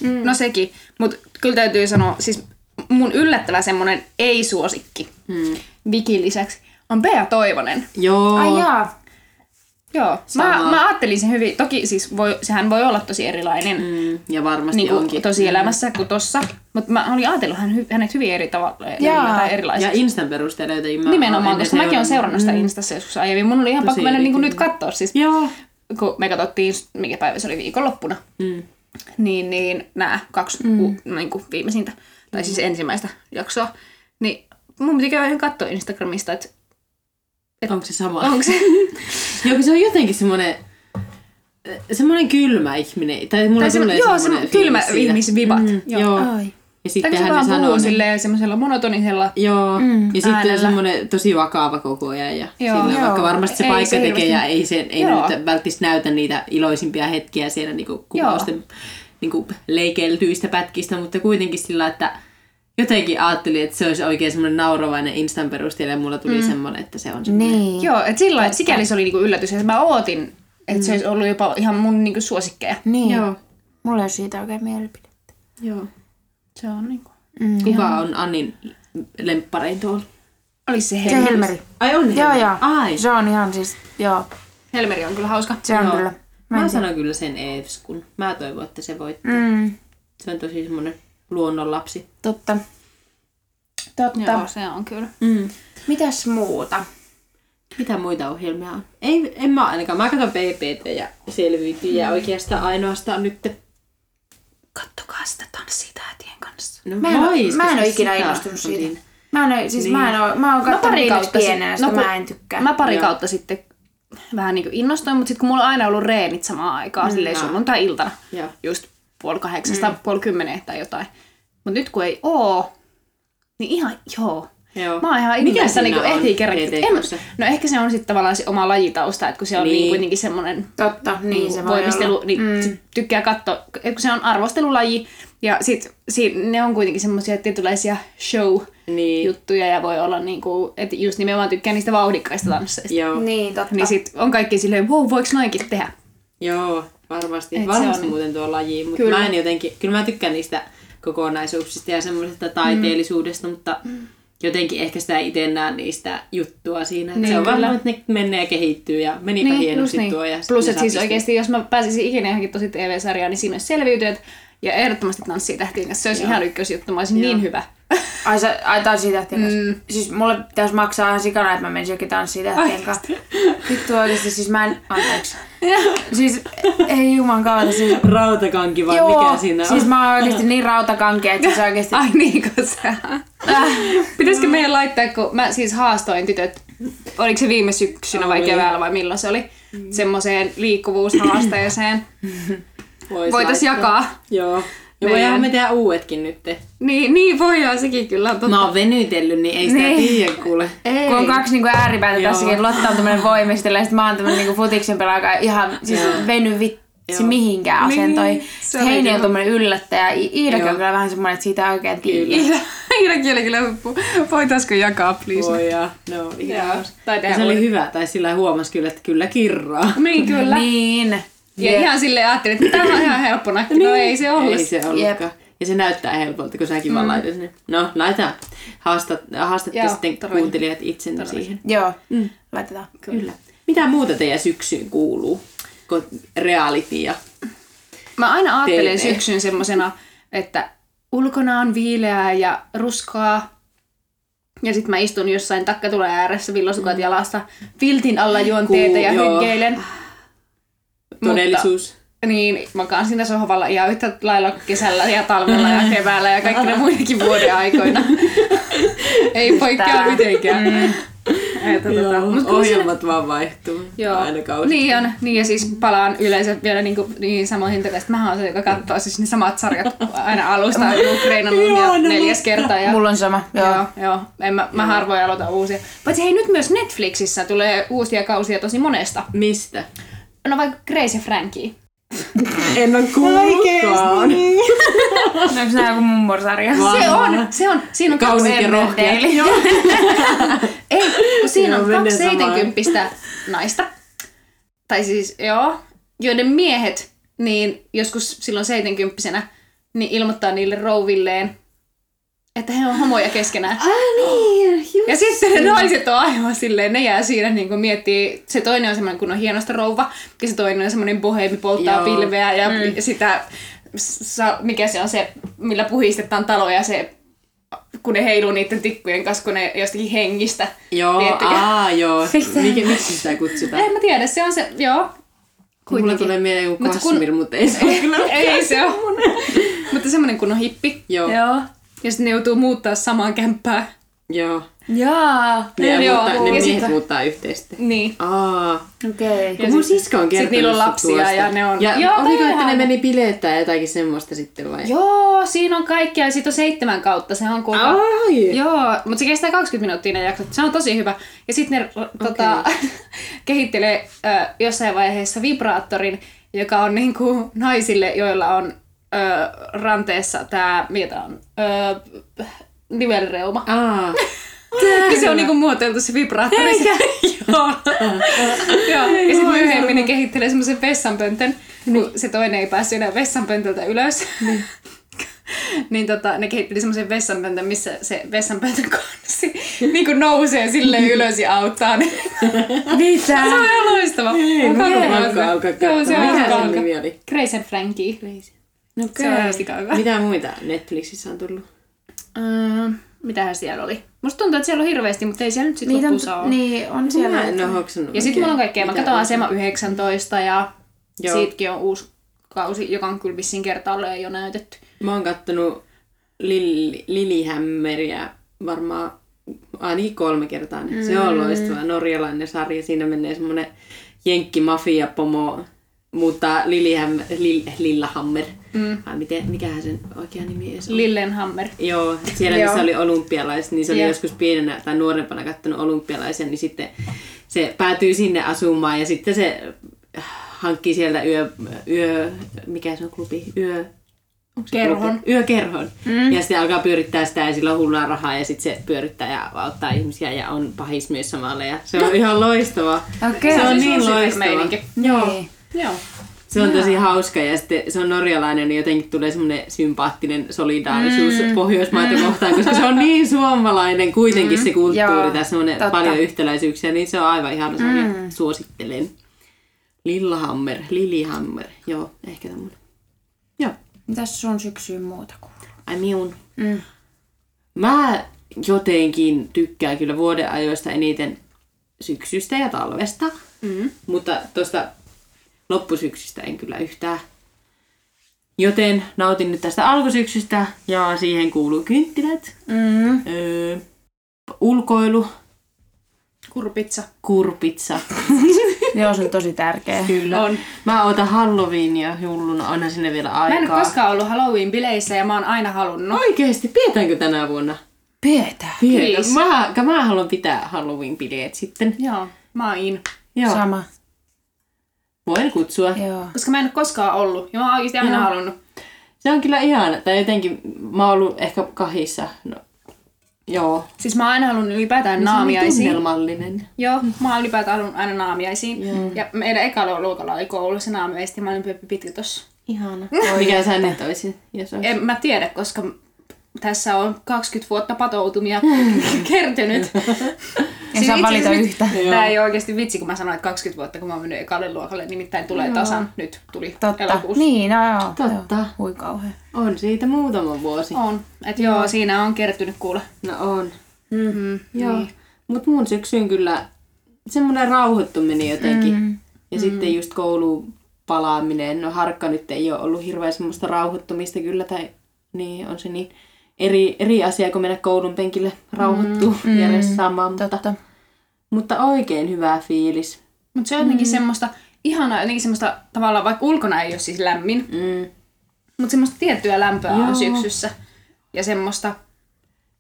Speaker 2: Mm. No sekin. Mutta kyllä täytyy sanoa, siis mun yllättävä semmonen ei-suosikki mm. Vikin lisäksi on Bea Toivonen.
Speaker 3: Joo.
Speaker 1: Ai jaa.
Speaker 2: Joo. Mä,
Speaker 3: Sama.
Speaker 2: mä ajattelin sen hyvin. Toki siis voi, sehän voi olla tosi erilainen
Speaker 3: Mm, ja varmasti
Speaker 2: niin
Speaker 3: onkin. Mm.
Speaker 2: kuin tosielämässä kuin tossa. Mutta mä olin ajatellut hän, hy- hänet hyvin eri tavalla
Speaker 1: Jaa.
Speaker 2: tai
Speaker 3: Ja
Speaker 2: erilaisesti.
Speaker 3: Instan perusteella jotenkin mä
Speaker 2: Nimenomaan,
Speaker 3: olen
Speaker 2: koska mäkin olen seurannut sitä Instassa joskus aiemmin. Mun oli ihan
Speaker 3: Tosi
Speaker 2: pakko mennä niin kuin nyt
Speaker 3: erikoinen.
Speaker 2: katsoa. Siis
Speaker 3: Joo.
Speaker 2: kun me katsottiin, just- mikä päivä se oli viikonloppuna,
Speaker 3: Mm.
Speaker 2: niin, niin nämä kaksi mm. u, niin kuin viimeisintä, tai siis ensimmäistä jaksoa, niin mun piti käydä ihan katsoa Instagramista, että
Speaker 3: Onko se sama?
Speaker 2: onko se...
Speaker 3: Joo, kun se on jotenkin semmoinen semmoinen kylmä ihminen. Tai mulla
Speaker 2: tai
Speaker 3: tai
Speaker 2: se,
Speaker 3: tulee
Speaker 2: joo,
Speaker 3: semmoinen
Speaker 2: se kylmä
Speaker 3: fiilis siitä.
Speaker 2: ihmisvibat. Mm.
Speaker 3: Joo. joo.
Speaker 1: Ai.
Speaker 3: Ja
Speaker 2: Tai se
Speaker 3: sittenhän ne
Speaker 2: vaan
Speaker 3: sanoo.
Speaker 2: puhuu
Speaker 3: Ne,
Speaker 2: silleen semmoisella monotonisella...
Speaker 3: joo.
Speaker 1: Mm,
Speaker 3: ja sitten
Speaker 2: äänellä.
Speaker 3: on semmoinen tosi vakava koko ajan. Ja
Speaker 2: Joo.
Speaker 3: silleen,
Speaker 1: Joo.
Speaker 3: vaikka varmasti se
Speaker 2: Ei
Speaker 3: paikka
Speaker 2: se
Speaker 3: tekee ja ei, sen, ei ne
Speaker 2: Joo.
Speaker 3: nyt välttämättä näytä niitä iloisimpia hetkiä siellä niinku kuvausten niinku leikeltyistä pätkistä, mutta kuitenkin sillä, että jotenkin ajattelin, että se olisi oikein semmoinen nauravainen Instan perusteella ja mulla tuli mm. semmoinen, että se on semmoinen.
Speaker 1: Niin.
Speaker 2: Joo, että sillä sikäli se oli niinku yllätys, että mä ootin, että se olisi ollut jopa ihan mun niinku suosikkeja.
Speaker 1: Niin.
Speaker 3: Joo.
Speaker 1: Mulla ei ole siitä oikein mielipide. Niin.
Speaker 3: Joo.
Speaker 2: Se on niinku...
Speaker 1: Mm,
Speaker 3: Kuka on Annin lempparein tuolla?
Speaker 2: Olis se
Speaker 1: Se
Speaker 2: Helmeri.
Speaker 1: Helmeri.
Speaker 3: Ai on
Speaker 1: Joo, joo.
Speaker 3: Ai,
Speaker 1: Se on ihan siis, joo.
Speaker 2: Helmeri on kyllä hauska.
Speaker 1: Se on
Speaker 3: Joo.
Speaker 1: kyllä.
Speaker 3: Mä, mä sanon kyllä sen Eevskun. Mä toivon, että se voittaa. Mm.
Speaker 1: Mm,
Speaker 3: Se on tosi semmoinen luonnonlapsi.
Speaker 1: totta. Totta.
Speaker 2: Joo, se on kyllä.
Speaker 3: Mm.
Speaker 1: Mitäs muuta?
Speaker 3: Mitä muita ohjelmia on? Ei, en mä ainakaan. Mä katson PPT ja selviytyy
Speaker 1: Mm.
Speaker 3: ja oikeastaan ainoastaan nyt.
Speaker 2: Kattokaa sitä tanssia tähtien kanssa.
Speaker 3: No,
Speaker 1: Mä en, oo-
Speaker 3: vois,
Speaker 1: mä en
Speaker 3: koska
Speaker 1: ole ikinä
Speaker 3: sitä
Speaker 1: innostunut siitä.
Speaker 3: otin.
Speaker 1: Mä en ole, siis niin. mä en ole, mä oon katsonut
Speaker 2: pari
Speaker 1: niitä
Speaker 2: kautta
Speaker 1: pienenä,
Speaker 2: sit-
Speaker 1: sitä
Speaker 2: no kun-
Speaker 1: mä en tykkää.
Speaker 2: Mä pari
Speaker 3: Joo.
Speaker 2: kautta sitten vähän niin innostuin, mutta sitten kun mulla on aina ollut reenit samaan aikaan, mm, silleen
Speaker 3: joo.
Speaker 2: sunnuntai-iltana,
Speaker 3: Joo.
Speaker 2: just puoli kahdeksasta, mm. puoli kymmeneen tai jotain. Mutta nyt kun ei oo, niin ihan joo.
Speaker 3: Joo.
Speaker 2: Mä oon ihan
Speaker 3: Mikä
Speaker 2: ihmeessä
Speaker 3: siinä
Speaker 2: niin
Speaker 3: on
Speaker 2: ehtii kerran.
Speaker 3: TTK:ssa?
Speaker 2: En, no ehkä se on sitten tavallaan se oma lajitausta, että kun se on niin.
Speaker 3: Niin.
Speaker 2: Niin kuitenkin semmoinen
Speaker 1: Totta, niin se voi
Speaker 2: voimistelu,
Speaker 1: olla.
Speaker 2: niin mm. tykkää katsoa, kun se on arvostelulaji. Ja sit, si, ne on kuitenkin semmoisia tietynlaisia
Speaker 3: Niin.
Speaker 2: show-juttuja ja voi olla niinku, että just nimenomaan tykkää niistä vauhdikkaista tansseista.
Speaker 3: Joo. Niin.
Speaker 1: Niin, totta.
Speaker 2: Niin sit on kaikki silleen, wow, voiko noinkin tehdä?
Speaker 3: Joo, varmasti.
Speaker 2: Et se
Speaker 3: varmasti
Speaker 2: on-
Speaker 3: muuten tuo laji, mutta
Speaker 2: Kyllä.
Speaker 3: mä en jotenkin, kyllä mä tykkään niistä kokonaisuuksista ja
Speaker 2: Mm.
Speaker 3: semmoisesta taiteellisuudesta, mutta jotenkin ehkä sitä itse näen niistä juttua siinä. Että
Speaker 2: Niin,
Speaker 3: se on
Speaker 2: kyllä.
Speaker 3: varmaan, että ne menee ja kehittyy ja menipä niin, hienosti tuo. Ja
Speaker 2: Plus,
Speaker 3: ne
Speaker 2: että
Speaker 3: saa
Speaker 2: siis
Speaker 3: pisteitä.
Speaker 2: oikeesti, jos mä pääsisin ikinä johonkin tosi TV-sarjaan, niin siinä olisi selviytyjät ja ehdottomasti tanssii tähtien kanssa. Se olisi ihan ykkösjuttu, mä olisin niin hyvä.
Speaker 1: Ai, sä, ai tanssi tähtien kanssa. Mm. Siis mulle pitäisi maksaa ihan sikana, että mä menisin jokin tanssiin tähtien kanssa. Vittu oikeesti, siis mä en... Anteeksi. siis ei juman kautta. Siis,
Speaker 3: Rautakanki vai mikä siinä
Speaker 1: siis
Speaker 3: on?
Speaker 1: mä oon oikeesti niin rautakankia, että se oikeesti...
Speaker 2: Ai niin kuin sä. Pitäisikö meidän laittaa, kun mä siis haastoin tytöt, oliko se viime syksynä vai
Speaker 3: Oli. Mm.
Speaker 2: keväällä vai milloin se oli, semmoiseen liikkuvuushaasteeseen.
Speaker 3: Vois
Speaker 2: Voitaisiin
Speaker 3: laittaa.
Speaker 2: jakaa.
Speaker 3: Joo. Ja
Speaker 2: Meidän-
Speaker 3: voidaan me tehdä uudetkin nyt.
Speaker 2: Niin, niin voidaan sekin kyllä. on Totta.
Speaker 3: Mä oon venytellyt, niin ei sitä
Speaker 1: Niin.
Speaker 3: tiedä kuule.
Speaker 2: Ei.
Speaker 1: Kun on kaksi niinku ääripäätä Joo. tässäkin, Lotta on tämmönen voimistella ja sit mä oon tämmönen niinku futiksen pelaaja, joka ei ihan siis veny vitsi
Speaker 3: Joo.
Speaker 1: mihinkään asentoi.
Speaker 2: Niin, se
Speaker 1: Niin,
Speaker 2: oli
Speaker 1: Heini on
Speaker 2: kyllä.
Speaker 1: tommonen yllättäjä, I- Iidakin
Speaker 3: Joo.
Speaker 1: on kyllä vähän semmonen, että siitä ei oikein tiedä.
Speaker 2: Iida kieli kyllä huippu. Voitaisko jakaa, please?
Speaker 3: Voi ja, no, ihan
Speaker 2: Joo.
Speaker 3: hauska.
Speaker 2: Tai
Speaker 3: Ja
Speaker 2: tehdä
Speaker 3: se oli
Speaker 2: uudet-
Speaker 3: hyvä, tai sillä huomasi kyllä, että kyllä kirraa.
Speaker 2: Niin kyllä.
Speaker 1: Niin.
Speaker 2: Ja ihan silleen ajattelin, että tämä on ihan helppo nakki.
Speaker 3: Niin.
Speaker 2: No ei se ollut.
Speaker 3: Ei se ollutkaan. Ja se näyttää helpolta, kun säkin vaan laitat sinne. No, laita. Haastat, haastatte
Speaker 2: Joo,
Speaker 3: sitten
Speaker 2: todellakin.
Speaker 3: kuuntelijat itsenne siihen.
Speaker 1: Joo, mm. laitetaan.
Speaker 3: Kyllä. Mitä muuta teidän syksyyn kuuluu? Ko- Reality ja...
Speaker 2: Mä aina ajattelen
Speaker 3: TV.
Speaker 2: syksyn semmosena, että ulkona on viileää ja ruskaa. Ja sit mä istun jossain takkatulen ääressä, villasukat jalassa, viltin alla juon
Speaker 3: Kuu,
Speaker 2: teetä ja
Speaker 3: joo.
Speaker 2: hyggeilen.
Speaker 3: Todellisuus.
Speaker 2: Niin, makaan siinä sohvalla ihan yhtä lailla kesällä ja talvella ja keväällä ja kaikkina muinakin vuoden aikoina. Ei poikkea
Speaker 1: Tää.
Speaker 2: mitenkään. Että tota,
Speaker 3: Mm. Joo,
Speaker 2: mut kyllä se-
Speaker 3: ohjelmat vaan vaihtuu
Speaker 2: Joo.
Speaker 3: aina kausi.
Speaker 2: Niin on. Niin ja siis palaan yleensä vielä niinku, niihin samoihin takaisin. että Mä oon se, joka katsoo siis ne samat sarjat aina alusta Ukrainan
Speaker 3: Joo,
Speaker 2: ja
Speaker 3: no
Speaker 2: neljäs kerta. Ja,
Speaker 1: Mulla on sama, joo.
Speaker 2: joo, joo. En mä, mä harvoin aloitan uusia. Paitsi hei nyt myös Netflixissä tulee uusia kausia tosi monesta.
Speaker 3: Mistä?
Speaker 2: No vaikka Grace ja Frankie.
Speaker 3: En ole kuullutkaan.
Speaker 1: Onko nää joku mummorsarja?
Speaker 2: Se on, se on. Siinä on kaksi
Speaker 3: Kausit ja
Speaker 2: ennen
Speaker 3: rohkeat.
Speaker 2: teille. Ei, kun siinä
Speaker 3: Joo,
Speaker 2: on
Speaker 3: menee
Speaker 2: kaksi
Speaker 3: samaan.
Speaker 2: 70 naista. Tai siis, joo, joiden miehet, niin joskus silloin 70 niin ilmoittaa niille rouvilleen, että he on homoja keskenään.
Speaker 3: Ah niin, just.
Speaker 2: Ja sitten ne naiset on aivan silleen, ne jää siinä niin kuin miettii, se toinen on semmoinen kun on hienosta rouva, ja se toinen on semmoinen boheemi, polttaa
Speaker 3: Joo.
Speaker 2: Joo. pilveä ja mm. sitä, sa, mikä se on se, millä puhistetaan taloja se, kun ne heiluu niiden tikkujen kanssa, kun ne jostakin hengistä.
Speaker 3: Joo,
Speaker 2: Miettikö?
Speaker 3: aa joo. Mikä, miksi sitä kutsutaan?
Speaker 2: En mä tiedä, se on se, joo.
Speaker 3: Mulla
Speaker 2: Kuitenkin.
Speaker 3: tulee mieleen joku
Speaker 2: Mutta kun-
Speaker 3: Kasmir, mutta ei se ole kyllä.
Speaker 2: Ei No, se on. Mutta semmoinen kun on hippi.
Speaker 3: Joo.
Speaker 1: Joo.
Speaker 2: Ja sitten ne joutuu muuttaa samaan kämppään.
Speaker 3: Joo.
Speaker 1: Jaa.
Speaker 3: Ne,
Speaker 2: Joo,
Speaker 3: muuttaa, ne
Speaker 2: ja niin
Speaker 3: miehet
Speaker 2: sitten-
Speaker 3: muuttaa yhteisesti.
Speaker 2: Niin.
Speaker 3: Aa.
Speaker 1: Okei. Okay.
Speaker 3: Kun mun
Speaker 2: sitten-
Speaker 3: sisko on kertonut
Speaker 2: sit niillä on
Speaker 3: susta
Speaker 2: lapsia
Speaker 3: tuosta.
Speaker 2: ja ne on-
Speaker 3: Ja
Speaker 2: Joo,
Speaker 3: oliko, että ne
Speaker 2: vähän.
Speaker 3: meni bilettää jotakin semmoista sitten vai?
Speaker 2: Joo, siinä on kaikkia. Sitten on seitsemän kautta. Se on kuulkaa.
Speaker 3: Ai.
Speaker 2: Joo, mutta se kestää 20 minuuttia ne jaksot. Se on tosi hyvä. Ja sitten ne okay. tota, kehittelee ö, jossain vaiheessa vibraattorin, joka on niinku naisille, joilla on ö, ranteessa tämä, mitä on, ö, nivelreuma.
Speaker 3: Aa.
Speaker 2: Ja se on niinku muotoiltu se vibraattori. Eikä. Joo. Joo. Ja sitten myöhemmin ne kehittelee semmoisen vessanpöntön, kun se toinen ei päässyt enää vessanpöntöltä ylös. Niin. niin tota, ne kehitteli semmoisen vessanpöntön, missä se vessanpöntön kansi niin kuin nousee sille ylös ja auttaa. Ne.
Speaker 1: Mitä?
Speaker 2: Se on ihan loistava. Ei, no
Speaker 3: Mä pakko alkaa
Speaker 2: Joo, se
Speaker 3: katsomaan. Mikä
Speaker 2: on pakko
Speaker 3: sen
Speaker 2: alkaa.
Speaker 3: nimi oli?
Speaker 2: Grace and Frankie. Se on
Speaker 1: Okei.
Speaker 2: ihan sika hyvä.
Speaker 3: Mitä muita Netflixissä on tullut?
Speaker 2: Mm, mitähän siellä oli? Musta tuntuu, että siellä on hirveästi, mutta ei siellä nyt sit
Speaker 1: Niitä
Speaker 2: loppuosaa
Speaker 1: on,
Speaker 2: ole.
Speaker 1: niin, on siellä.
Speaker 3: Mä en ole hoksannut
Speaker 2: Ja sitten mulla on kaikkea, mä
Speaker 3: Mitä
Speaker 2: katson
Speaker 3: on?
Speaker 2: Asema 19 ja
Speaker 3: Joo.
Speaker 2: Joo. siitäkin on uusi kausi, joka on kyllä vissiin kertaalleen jo näytetty.
Speaker 3: Mä oon kattonut Lili, Lilihämmeriä varmaan ainakin kolme kertaa. Mm. Se on loistava norjalainen sarja. Siinä menee semmoinen jenkkimafiapomo, mutta Lilihäm, Lil, Lillahammer. Mm. Ai, miten, mikähän sen oikea nimi edes on?
Speaker 2: Lillenhammer.
Speaker 3: Joo, siellä
Speaker 2: Joo.
Speaker 3: missä oli olympialaiset, niin se oli
Speaker 2: Joo.
Speaker 3: joskus pienenä tai nuorempana kattonut olympialaisia, niin sitten se päätyy sinne asumaan ja sitten se hankkii sieltä yö, yö mikä se on klubi, yö, onko se
Speaker 2: Kerhon.
Speaker 3: klubi? Yökerhon. Mm. Ja sitten alkaa pyörittää sitä ja sillä on hullaa rahaa ja sitten se pyörittää ja auttaa ihmisiä ja on pahis myös samalla ja se on ihan loistava.
Speaker 1: Okei.
Speaker 3: Se on
Speaker 2: Siis
Speaker 3: niin
Speaker 2: suosittu
Speaker 3: loistava.
Speaker 2: meininki.
Speaker 3: Joo.
Speaker 2: Joo.
Speaker 3: Se on tosi hauska ja sitten se on norjalainen, niin jotenkin tulee semmoinen sympaattinen solidaarisuus mm. Pohjoismaita mm. kohtaan, koska se on niin suomalainen kuitenkin mm. se kulttuuri
Speaker 1: Joo,
Speaker 3: tai semmoinen
Speaker 1: totta.
Speaker 3: paljon yhtäläisyyksiä, niin se on aivan ihana sarja. Mm. Suosittelen. Lillahammer, Lilihammer, joo, ehkä tämmöinen. Joo,
Speaker 1: Mitäs sun syksyyn muuta kuin?
Speaker 3: I mean.
Speaker 1: Mm.
Speaker 3: Mä jotenkin tykkään kyllä vuoden ajoista eniten syksystä ja talvesta, mm. mutta tuosta loppusyksystä en kyllä yhtään. Joten nautin nyt tästä alkusyksystä ja siihen kuuluu kynttilät,
Speaker 1: Mm.
Speaker 3: öö, ulkoilu,
Speaker 2: Kurpitsa.
Speaker 3: kurpitsa.
Speaker 1: Joo, se on tosi tärkeä.
Speaker 3: Kyllä.
Speaker 2: On.
Speaker 3: Mä ootan Halloweenia hulluna, onhan sinne vielä
Speaker 2: Mä
Speaker 3: aikaa.
Speaker 2: en ole koskaan ollut Halloween-bileissä ja mä oon aina halunnut.
Speaker 3: Oikeesti, pidetäänkö tänä vuonna?
Speaker 1: Pidetään.
Speaker 3: Pidetään.
Speaker 2: Please.
Speaker 3: Mä, mä haluan pitää Halloween-bileet sitten.
Speaker 2: Joo, mä oon in.
Speaker 3: Joo.
Speaker 1: Sama.
Speaker 3: Voin kutsua.
Speaker 1: Joo.
Speaker 2: Koska mä en ole koskaan ollut ja mä oon oikeasti aina
Speaker 3: Joo.
Speaker 2: halunnut.
Speaker 3: Se on kyllä ihana. Tai jotenkin mä oon ollut ehkä kahissa. No, joo.
Speaker 2: Siis mä oon aina halunnut ylipäätään
Speaker 3: Se on niin
Speaker 2: naamiaisiin.
Speaker 3: tunnelmallinen.
Speaker 2: Joo, mä oon ylipäätään halunnut aina naamiaisiin. Ja meidän ekalla luokalla oli koulussa naamiaiset ja mä olin pöppi pitkä tossa.
Speaker 3: Ihana. Mikä sä nyt olisit, jos olisi?
Speaker 2: En mä tiedä, koska tässä on 20 vuotta patoutumia kertynyt.
Speaker 1: En
Speaker 2: Siis
Speaker 1: saa
Speaker 2: itse
Speaker 1: valita
Speaker 2: asiassa
Speaker 1: yhtä.
Speaker 2: nyt- Tää ei ole oikeasti vitsi, kun mä sanoin, että 20 vuotta, kun mä oon mennyt ekalle luokalle, nimittäin tulee tasan. Nyt tuli
Speaker 1: Totta.
Speaker 2: elokuussa.
Speaker 1: Niin, no joo.
Speaker 3: Totta.
Speaker 1: Joo. Hui kauhean.
Speaker 3: On siitä muutama
Speaker 1: Niin.
Speaker 3: vuosi.
Speaker 2: On. Et joo, siinä on kertynyt kuule.
Speaker 3: No on.
Speaker 2: Mm-hmm.
Speaker 3: Joo. Niin. Mut mun syksyn kyllä semmoinen rauhoittuminen jotenkin. Mm. Ja mm. sitten just kouluun palaaminen. No harkka nyt ei ole ollut hirveän semmoista rauhoittumista kyllä. Tai niin on se niin eri, eri asia kuin mennä koulun penkille rauhoittuu mm. ja ressaamaan. Mutta,
Speaker 1: Totta.
Speaker 3: mutta oikein hyvä fiilis.
Speaker 2: Mutta se on
Speaker 1: Mm.
Speaker 2: jotenkin semmoista ihanaa, jotenkin semmoista tavallaan, vaikka ulkona ei ole siis lämmin,
Speaker 3: Mm.
Speaker 2: mutta semmoista tiettyä lämpöä
Speaker 3: Joo.
Speaker 2: on syksyssä. Ja semmoista,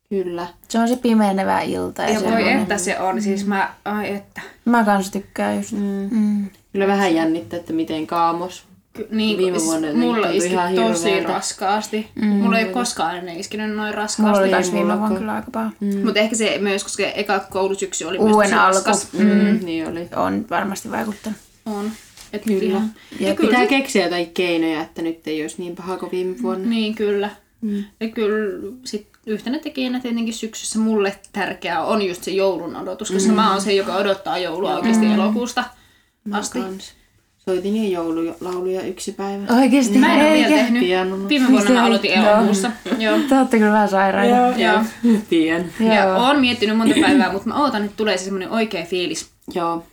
Speaker 3: Kyllä.
Speaker 1: Se on se pimenevä ilta. Ja,
Speaker 2: ja
Speaker 1: se
Speaker 2: voi
Speaker 1: on- Mm.
Speaker 2: että se on, siis mä, ai että.
Speaker 1: Mä kans tykkään just. Mm. Mm.
Speaker 3: Kyllä vähän jännittää, että miten kaamos.
Speaker 2: Ky- Niin,
Speaker 3: Viime
Speaker 2: Viime
Speaker 3: vuonna
Speaker 2: vuonna
Speaker 3: jotenkin
Speaker 2: mulla
Speaker 3: tuntui
Speaker 2: iski
Speaker 3: ihan
Speaker 2: tosi
Speaker 3: hirveältä.
Speaker 2: raskaasti. Mm. Mulla ei ole koskaan ennen iskinyt noin
Speaker 1: Mulla oli
Speaker 2: raskaasti.
Speaker 1: kans viime
Speaker 3: mulla
Speaker 1: vuonna
Speaker 3: ko-
Speaker 1: kyllä aika paha. Mm.
Speaker 2: Mutta ehkä se myös, koska eka koulusyksy oli myös
Speaker 1: Uuden
Speaker 2: tosi
Speaker 1: alku.
Speaker 2: raskas.
Speaker 3: Mm. Niin oli.
Speaker 1: On varmasti vaikuttanut.
Speaker 2: On. Et
Speaker 3: Kyllä.
Speaker 2: ihan-
Speaker 3: Ja,
Speaker 2: Ja kyllä
Speaker 3: pitää
Speaker 2: se-
Speaker 3: keksiä jotain keinoja, että nyt ei olisi niin paha kuin viime vuonna.
Speaker 2: Niin, kyllä. Mm. Ja kyllä sit yhtenä tekijänä tietenkin syksyssä mulle tärkeää on just se joulun odotus, koska mm. mä oon se, joka odottaa joulua oikeasti elokuusta asti.
Speaker 3: Kans. Soitin jo joululauluja yksi päivä.
Speaker 1: Oikeesti?
Speaker 2: Mä en ole vielä
Speaker 1: eikä?
Speaker 2: tehnyt.
Speaker 3: Pianona.
Speaker 2: Viime vuonna mä
Speaker 1: Mistä
Speaker 2: aloitin
Speaker 1: ei- Joo.
Speaker 2: elokuussa. Joo.
Speaker 1: Te ootte kyllä vähän sairaita.
Speaker 2: Joo.
Speaker 3: Tiedän.
Speaker 2: Ja oon miettinyt monta päivää, mutta mä ootan, että tulee se semmoinen oikea fiilis
Speaker 3: Joo.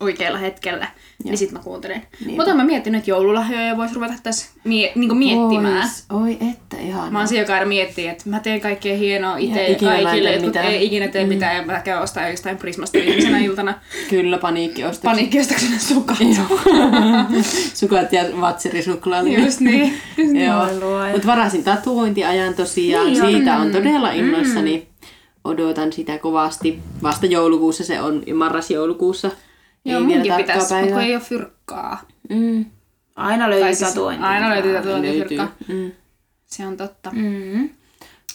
Speaker 2: oikealla hetkellä. Ja niin sit mä kuuntelen.
Speaker 3: Niinpä.
Speaker 2: Mutta oon mä miettinyt, että joululahjoja voisi ruveta tässä mie- niinku miettimään.
Speaker 3: Ois. Oi että ihan.
Speaker 2: Mä oon se, joka aina miettii, että mä teen kaikkea hienoa itse
Speaker 3: ikinä
Speaker 2: kaikille,
Speaker 3: laita
Speaker 2: jotkut
Speaker 3: mitään. Mm.
Speaker 2: ei ikinä tee mitään, ja mä käyn ostaa jostain Prismasta viimeisenä iltana
Speaker 3: Kyllä paniikki ostaa.
Speaker 2: paniikkiostoksena sukat.
Speaker 3: Sukat ja vatserisuklaalla.
Speaker 2: Just niin.
Speaker 1: Voi luoja.
Speaker 3: Mutta varasin tatuointiajan tosiaan. Niin Siitä on todella
Speaker 2: Mm.
Speaker 3: innoissani. Odotan sitä kovasti. Vasta joulukuussa se on, ja marras-joulukuussa.
Speaker 2: Joo,
Speaker 3: ei vielä
Speaker 2: munkin
Speaker 3: tarkkaa
Speaker 2: pitäisi, mutta kun
Speaker 3: päivää.
Speaker 2: ei ole fyrkkaa. siis
Speaker 3: Mm.
Speaker 1: siis Aina löytyy tatuointi.
Speaker 2: aina löytyy
Speaker 3: Löytyy.
Speaker 2: tatuointifyrkkaa.
Speaker 3: Mm.
Speaker 2: Se on totta.
Speaker 1: Mm.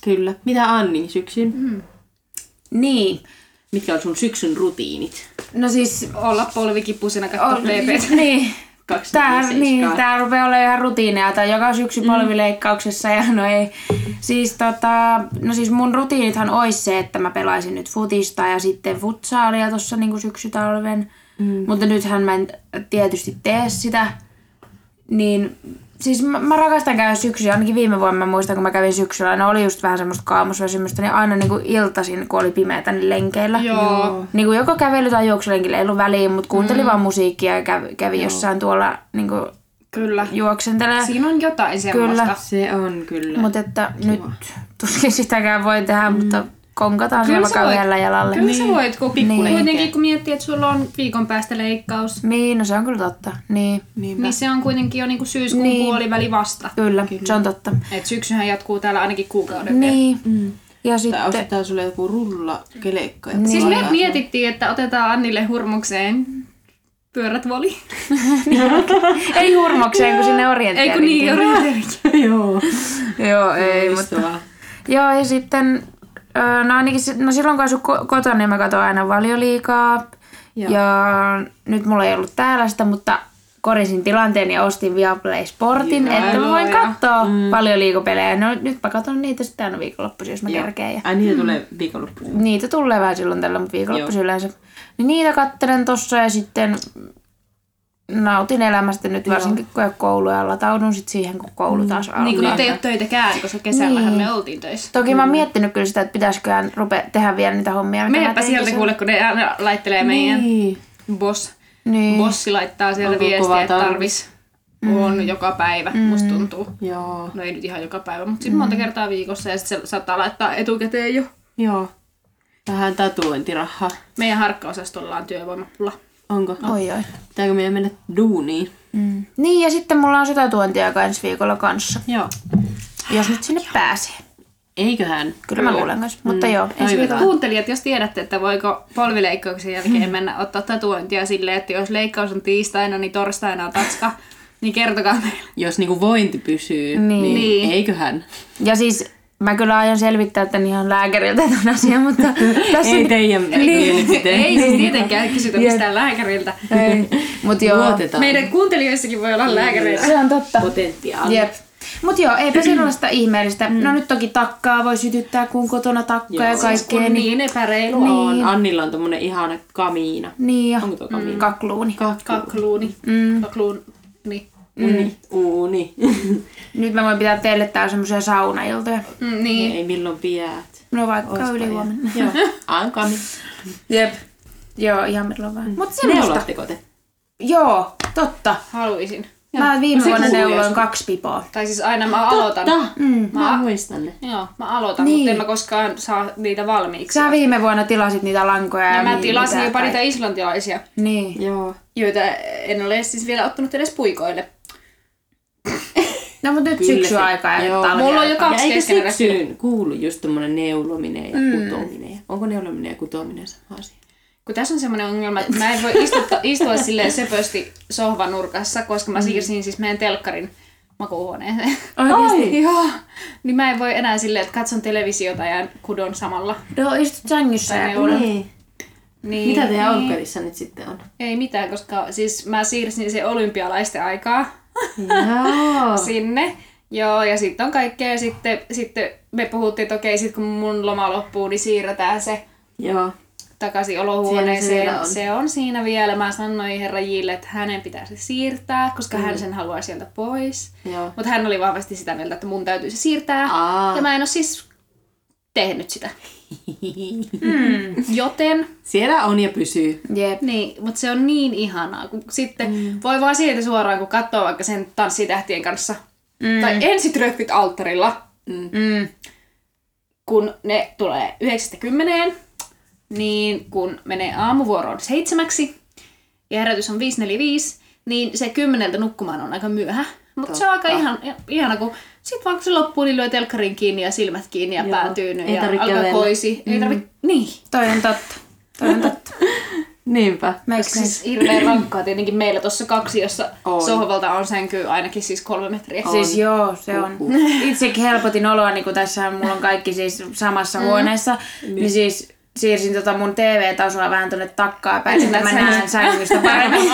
Speaker 3: Kyllä. Mitä Anni syksyn?
Speaker 2: Mm.
Speaker 1: Niin.
Speaker 3: Mitkä on sun syksyn rutiinit?
Speaker 1: No siis...
Speaker 2: Olla polvikipusina katsoa TVtä.
Speaker 1: Niin.
Speaker 3: Kaksi,
Speaker 1: Tää,
Speaker 3: neljä,
Speaker 1: niin,
Speaker 3: seiskaa.
Speaker 1: tää rupeaa olemaan ihan rutiineja, tai joka syksy polvileikkauksessa ja no ei. Siis tota, no siis mun rutiinithan ois se, että mä pelaisin nyt futista ja sitten futsaalia tossa niinku syksytalven. Mm. Mutta nythän mä en tietysti tee sitä. Niin siis mä, mä rakastan käydä syksyllä, ainakin viime vuonna mä muistan, kun mä kävin syksyllä, no oli just vähän semmoista kaamosväsymystä, niin aina niinku iltasin, kun oli pimeätä, niin lenkeillä.
Speaker 2: Joo.
Speaker 1: Niin kuin joko kävely tai juoksulenkillä, ei ollut väliin, mutta kuuntelin mm. vaan musiikkia ja kävi, kävi jossain tuolla niin kuin
Speaker 2: Kyllä.
Speaker 1: juoksentelee.
Speaker 2: Siinä on jotain semmoista.
Speaker 1: Kyllä.
Speaker 3: Se on kyllä.
Speaker 1: Mutta että nyt tuskin sitäkään voi tehdä, mm. mutta konkataan siellä
Speaker 2: sä
Speaker 1: vaikka
Speaker 2: voit-
Speaker 1: yhdellä Niin. jalalla.
Speaker 2: Kyllä sä voit, kun
Speaker 3: Pikkulenkejä.
Speaker 2: kuitenkin kun miettii, että sulla on viikon päästä leikkaus,
Speaker 1: Niin, no se on kyllä totta. Niin,
Speaker 3: Niinpä.
Speaker 2: niin se on kuitenkin jo niinku syyskuun
Speaker 1: Niin.
Speaker 2: puoliväli vasta.
Speaker 1: kyllä, kyllä. se on totta.
Speaker 2: Et syksyhän jatkuu täällä ainakin kuukauden verran.
Speaker 1: Niin, ja
Speaker 3: Tai
Speaker 1: sitten...
Speaker 3: ostetaan sulle joku rulla kelekka. ja
Speaker 2: Siis me
Speaker 1: niin.
Speaker 3: laitetaan
Speaker 2: mietittiin, että otetaan Annille hurmukseen pyörätvoli.
Speaker 1: Ei hurmokseen, kun sinne orienteeriin.
Speaker 2: Ei kun niin, orienteerikin.
Speaker 3: sun- Joo.
Speaker 1: Joo, ei, mutta...
Speaker 3: Loistavaa.
Speaker 1: Joo, ja sitten, öö, no ainakin si- no silloin kun asun ko- kotona, niin mä katsoin aina valioliikaa. Ja.
Speaker 3: Joo.
Speaker 1: ja nyt mulla ei ollut täällä sitä, mutta korisin tilanteen ja ostin Viaplay Sportin,
Speaker 2: Hyvä,
Speaker 1: että mä voin
Speaker 2: luoja.
Speaker 1: katsoa mm. paljon liikopelejä. No nyt mä katson niitä sitten aina viikonloppuisin, jos mä
Speaker 3: Joo.
Speaker 1: kerkeen. Ja
Speaker 3: Ai
Speaker 2: Mm.
Speaker 3: niitä tulee viikonloppuun.
Speaker 1: niitä tulee vähän silloin tällä, mutta viikonloppuisin yleensä. Niin niitä kattelen tossa ja sitten nautin elämästä nyt varsinkin kun ei ole kouluja. Lataudun sitten siihen, kun koulu taas alkaa.
Speaker 2: Niin kun nyt ei ole töitäkään, koska kesällähän
Speaker 1: Niin.
Speaker 2: me oltiin töissä.
Speaker 1: Toki mä oon miettinyt kyllä sitä, että pitäisiköhän rupea tehdä vielä niitä hommia. mitä mä
Speaker 2: Menepä
Speaker 1: tein
Speaker 2: sieltä
Speaker 1: kesän-
Speaker 2: kuule, kun ne aina laittelee meidän
Speaker 3: Niin.
Speaker 2: boss.
Speaker 1: Niin. Mm.
Speaker 2: Bossi laittaa sieltä
Speaker 3: Onko
Speaker 2: viestiä,
Speaker 3: kova
Speaker 2: että
Speaker 3: tarvis?
Speaker 2: tarvis on joka päivä, musta tuntuu.
Speaker 3: Joo.
Speaker 2: No ei nyt ihan joka päivä, mutta sitten
Speaker 1: Mm.
Speaker 2: monta kertaa viikossa ja sitten se saattaa laittaa etukäteen jo.
Speaker 3: Joo. Vähän tatuointirahaa.
Speaker 2: Meidän harkkaosastolla on työvoimapula.
Speaker 3: Onko?
Speaker 1: Oi, oi.
Speaker 3: Pitääkö meidän mennä duuniin?
Speaker 1: Mm. Niin, ja sitten mulla on sotatuontia kanssa viikolla kanssa.
Speaker 3: Joo.
Speaker 1: Jos nyt sinne pääsee.
Speaker 3: Eiköhän.
Speaker 1: Kyllä mä luulen kanssa. Mutta joo, ensi
Speaker 3: Toivotaan.
Speaker 1: viikolla.
Speaker 2: Kuuntelijat, jos tiedätte, että voiko polvileikkauksen jälkeen mennä ottaa tatuointia silleen, että jos leikkaus on tiistaina, niin torstaina on tatska, niin kertokaa meille.
Speaker 3: Jos niinku vointi pysyy,
Speaker 1: Niin.
Speaker 3: niin,
Speaker 2: Niin.
Speaker 3: niin. eiköhän.
Speaker 1: Ja siis mä kyllä aion selvittää tämän ihan lääkäriltä tämän asian, mutta tässä...
Speaker 3: Ei teidän mielipiteen.
Speaker 2: Niin. Ei siis tietenkään kysytä mistään lääkäriltä.
Speaker 1: Ei. Mut joo.
Speaker 3: Luotetaan.
Speaker 2: Meidän kuuntelijoissakin voi olla lääkäreitä.
Speaker 1: Se on totta.
Speaker 3: potentiaali.
Speaker 1: Jep. Mut joo, eipä siinä ole sitä ihmeellistä. No nyt toki takkaa voi sytyttää, kun kotona takkaa ja
Speaker 3: Joo.
Speaker 2: Siis
Speaker 1: kaikkea.
Speaker 2: kun
Speaker 1: Niin,
Speaker 2: niin epäreilu on.
Speaker 3: On. Annilla on tommonen ihana kamiina.
Speaker 1: niin ja
Speaker 3: Onko tuo kamiina?
Speaker 1: kakluuni.
Speaker 2: Kakluuni. Mm. Kakluuni. Mm,
Speaker 3: Uni. Uuni.
Speaker 1: Nyt mä voin pitää teille täällä semmoisia saunailtoja.
Speaker 2: Mm, niin.
Speaker 3: Ei milloin piät.
Speaker 1: No vaikka yli huomenna.
Speaker 3: Joo. Ankami.
Speaker 1: Jep. Joo, ihan milloin
Speaker 2: Mm.
Speaker 1: vaan. Mut semmoista.
Speaker 3: Neulatteko te?
Speaker 1: Joo, totta.
Speaker 2: Haluisin.
Speaker 1: Mä viime
Speaker 3: se
Speaker 1: vuonna
Speaker 3: kuuluu
Speaker 1: neuloin
Speaker 3: joskus.
Speaker 1: kaksi pipoa.
Speaker 2: Tai siis aina mä aloitan.
Speaker 3: Mm. Mä muistan ne.
Speaker 2: Joo, mä aloitan,
Speaker 1: Niin.
Speaker 2: mutta en mä koskaan saa niitä valmiiksi.
Speaker 1: Sä viime vuonna tilasit niitä lankoja.
Speaker 2: Ja Niin, mä
Speaker 1: niitä
Speaker 2: tilasin jopa
Speaker 1: tai-
Speaker 2: niitä islantilaisia,
Speaker 1: Niin.
Speaker 3: Joo.
Speaker 2: joita en ole siis vielä ottanut edes puikoille.
Speaker 1: No mut nyt
Speaker 3: Kyllä se-
Speaker 1: syksyaikaa ja
Speaker 3: joo.
Speaker 1: talviaikaa.
Speaker 2: Mulla on jo
Speaker 3: Ja
Speaker 2: kaksi Mm.
Speaker 3: eikö
Speaker 2: keskeneräistä.
Speaker 3: syksyyn kuulu just tommonen neulominen ja kutominen? Onko neulominen ja kutominen sama asia?
Speaker 2: Kun tässä on semmoinen ongelma, että mä en voi istutta, istua silleen söpösti sohvanurkassa, koska
Speaker 3: Mm.
Speaker 2: mä siirsin siis meidän telkkarin makuuhuoneeseen.
Speaker 1: Oikeesti?
Speaker 2: Joo. Niin mä en voi enää silleen, että katson televisiota ja kudon samalla.
Speaker 1: No istut sängyssä
Speaker 2: Tai
Speaker 1: ja
Speaker 2: neulot.
Speaker 1: kuulet.
Speaker 3: Niin.
Speaker 2: Niin,
Speaker 3: Mitä teidän
Speaker 2: niin.
Speaker 3: olkkarissa nyt sitten on?
Speaker 2: Ei mitään, koska siis mä siirsin se olympialaisten aikaa
Speaker 3: Joo.
Speaker 2: sinne. Joo, ja sitten on kaikkea. Ja sitten, sitten me puhuttiin, että okei, sit kun mun loma loppuu, niin siirretään se
Speaker 3: Joo.
Speaker 2: takaisin
Speaker 3: Siellä se
Speaker 2: olohuoneeseen.
Speaker 3: vielä on.
Speaker 2: Se, se on siinä vielä. Mä sanoin herra Jille, että hänen pitää se siirtää, koska mm. hän sen haluaa sieltä pois.
Speaker 3: Joo.
Speaker 2: Mutta hän oli vahvasti sitä mieltä, että mun täytyy se siirtää.
Speaker 3: Aa.
Speaker 2: Ja mä en ole siis tehnyt sitä. mm. Joten
Speaker 3: Siellä on ja pysyy.
Speaker 1: Jep.
Speaker 2: Niin, mutta se on niin ihanaa, kun sitten mm. voi vaan siitä suoraan, kun katsoo vaikka sen tanssitähtien kanssa. Mm. Tai ensitreffit alttarilla,
Speaker 1: Mm.
Speaker 2: kun ne tulee 90, niin kun menee aamuvuoroon seitsemäksi ja herätys on 545, niin se kymmeneltä nukkumaan on aika myöhä. Mutta se on aika ihan, ihana, kun sit vaan kun se loppuu, niin lyö telkkarin kiinni ja silmät kiinni ja
Speaker 3: Joo.
Speaker 2: pää tyyny
Speaker 3: Ei
Speaker 2: ja
Speaker 3: tarvitse
Speaker 2: alkaa
Speaker 3: kävellä.
Speaker 2: koisi. Ei tarvi, niin.
Speaker 1: Toi on totta. Toi on totta.
Speaker 3: Niinpä.
Speaker 1: Makes
Speaker 2: Koska
Speaker 1: sense.
Speaker 2: siis hirveän rankkaa tietenkin meillä tuossa kaksi, jossa
Speaker 3: On.
Speaker 2: on. sohvalta on sänky ainakin siis kolme metriä. Siis
Speaker 1: Siis joo, se on. Itsekin helpotin oloa, niin kuin tässä mulla on kaikki siis samassa
Speaker 2: Mm-hmm.
Speaker 1: huoneessa, niin siis siirsin tota mun TV-tasoa vähän tuonne takkaa päin, että mä
Speaker 2: Sä
Speaker 1: näen sängystä paremmin.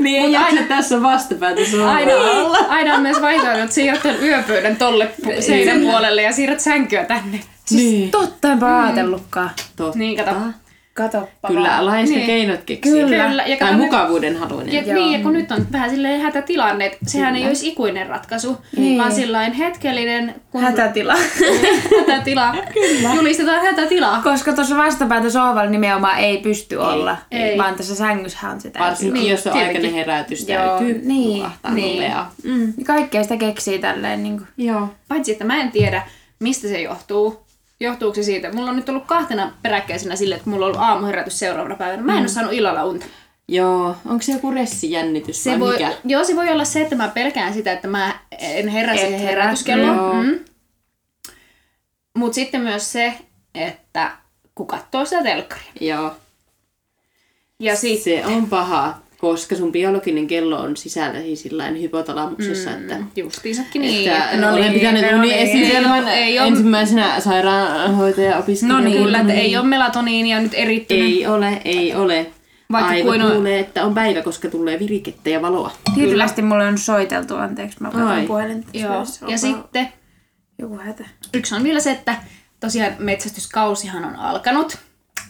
Speaker 3: niin ei jaksa tässä vastapäätä sun
Speaker 2: aina, Niin. aina on myös vaihtoehto, että siirrät tuon yöpöydän tolle pu- seinän puolelle ja siirrät sänkyä tänne.
Speaker 3: Niin.
Speaker 1: Siis totta enpä ajatellutkaan.
Speaker 3: Totta.
Speaker 2: Niin, kato.
Speaker 1: Katoppa
Speaker 3: Kyllä,
Speaker 1: vaan.
Speaker 3: laista niin.
Speaker 2: Niin.
Speaker 3: keinot keksiä.
Speaker 1: Kyllä.
Speaker 2: Ja
Speaker 3: Tai
Speaker 2: kato nyt-
Speaker 3: mukavuuden haluinen.
Speaker 2: Ja,
Speaker 1: Joo.
Speaker 2: niin, ja kun nyt on vähän silleen hätätilanne, että sehän ei olisi ikuinen ratkaisu,
Speaker 1: Niin.
Speaker 2: vaan sillain hetkellinen, kun
Speaker 1: Hätätila.
Speaker 2: hätätila, julistetaan hätätilaa.
Speaker 1: Koska tuossa vastapäätä sohvalla nimenomaan ei pysty olla,
Speaker 2: ei.
Speaker 1: vaan tässä sängyshän on se täysin.
Speaker 3: Varsinkin
Speaker 2: Niin,
Speaker 3: jos on
Speaker 2: tietenkin.
Speaker 3: aikainen herätys,
Speaker 1: Joo,
Speaker 3: täytyy
Speaker 1: niin,
Speaker 3: nukahtaa
Speaker 2: niin.
Speaker 3: nopeaa.
Speaker 1: Mm. Kaikkea sitä keksii tälleen niin kuin.
Speaker 3: Joo.
Speaker 2: Paitsi, että mä en tiedä, mistä se johtuu. Johtuuko se siitä? Mulla on nyt ollut kahtena peräkkäisenä sille, että mulla on ollut aamuherätys seuraavana päivänä. Mä en ole saanut illalla unta.
Speaker 3: Joo. Onko se joku ressijännitys
Speaker 2: Se
Speaker 3: vai
Speaker 2: voi,
Speaker 3: mikä?
Speaker 2: joo, se voi olla se, että mä pelkään sitä, että mä en herää
Speaker 1: Et
Speaker 2: siihen
Speaker 1: herää.
Speaker 3: Joo.
Speaker 2: herätyskelloon. Mm. Mutta sitten myös se, että kun katsoo sitä telkkaria.
Speaker 3: Joo.
Speaker 2: Ja sit,
Speaker 3: Se on paha, koska sun biologinen kello on sisällä siis sillain hypotalamuksessa, mm. että
Speaker 2: justiinsakin niin.
Speaker 3: Että
Speaker 2: Että,
Speaker 3: no olen
Speaker 1: niin,
Speaker 3: pitänyt
Speaker 1: no
Speaker 3: uniesitelmän
Speaker 2: niin. Ei
Speaker 3: ei
Speaker 2: oo-
Speaker 3: ensimmäisenä sairaanhoitaja
Speaker 2: no
Speaker 3: opiskelijana.
Speaker 2: niin, kyllä, että ei ole melatoniinia nyt erittynyt.
Speaker 3: Ei ole, ei ole.
Speaker 2: Vaikka
Speaker 3: Aivo
Speaker 2: kuin on-
Speaker 3: kuulee, että on päivä, koska tulee virikettä ja valoa.
Speaker 1: Hirveästi mulle on soiteltu, anteeksi, mä
Speaker 3: Ai.
Speaker 1: katson puhelinta.
Speaker 2: Joo.
Speaker 1: Se on
Speaker 2: Ja
Speaker 1: vaan
Speaker 2: sitten
Speaker 1: Joku hätä.
Speaker 2: Yksi on vielä se, että tosiaan metsästyskausihan on alkanut.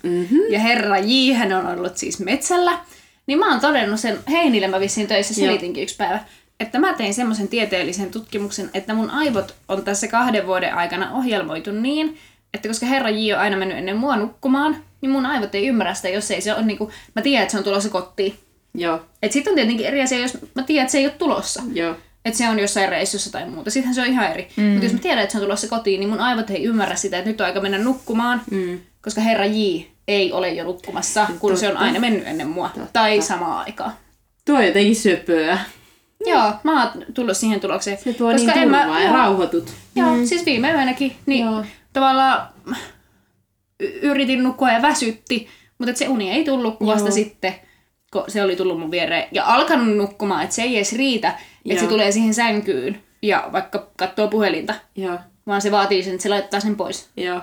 Speaker 2: Mm-hmm. Ja herra J, hän on ollut siis metsällä. Niin mä oon todennut sen, Heinille mä vissiin töissä selitinkin yksi päivä, että mä tein semmoisen tieteellisen tutkimuksen, että mun aivot on tässä kahden vuoden aikana ohjelmoitu niin, että koska herra J on aina mennyt ennen mua nukkumaan, niin mun aivot ei ymmärrä sitä, jos ei se ole niinku, mä tiedän, että se on tulossa kotiin.
Speaker 3: Joo,
Speaker 2: Et sit on tietenkin eri asia, jos mä tiedän, että se ei ole tulossa
Speaker 3: joo.
Speaker 2: että se on jossain reissussa tai muuta. Sittenhän se on ihan eri. Mm. Mutta jos mä tiedän, että se on tulossa kotiin, niin mun aivot ei ymmärrä sitä, että nyt on aika mennä nukkumaan, mm. koska herra J ei ole jo nukkumassa, kun se on aina mennyt ennen mua. Totta. Tai samaa aikaa.
Speaker 3: Tuo on jotenkin söpöä.
Speaker 2: Joo, mä oon tullut siihen tulokseen.
Speaker 3: Se tuo Koska niin
Speaker 2: en
Speaker 3: turvaa ja
Speaker 2: joo,
Speaker 3: rauhoitut.
Speaker 2: Joo, mm. siis viime yönäkin, niin
Speaker 3: Joo.
Speaker 2: joo. tavallaan y- yritin nukkua ja väsytti, mutta et se uni ei tullut kuin vasta
Speaker 3: Joo.
Speaker 2: sitten, kun se oli tullut mun viereen. Ja alkanut nukkumaan, että se ei edes riitä, että se
Speaker 3: Joo.
Speaker 2: tulee siihen sänkyyn ja vaikka katsoo puhelinta,
Speaker 3: Joo,
Speaker 2: vaan se vaatii sen, että se laittaa sen pois.
Speaker 3: joo.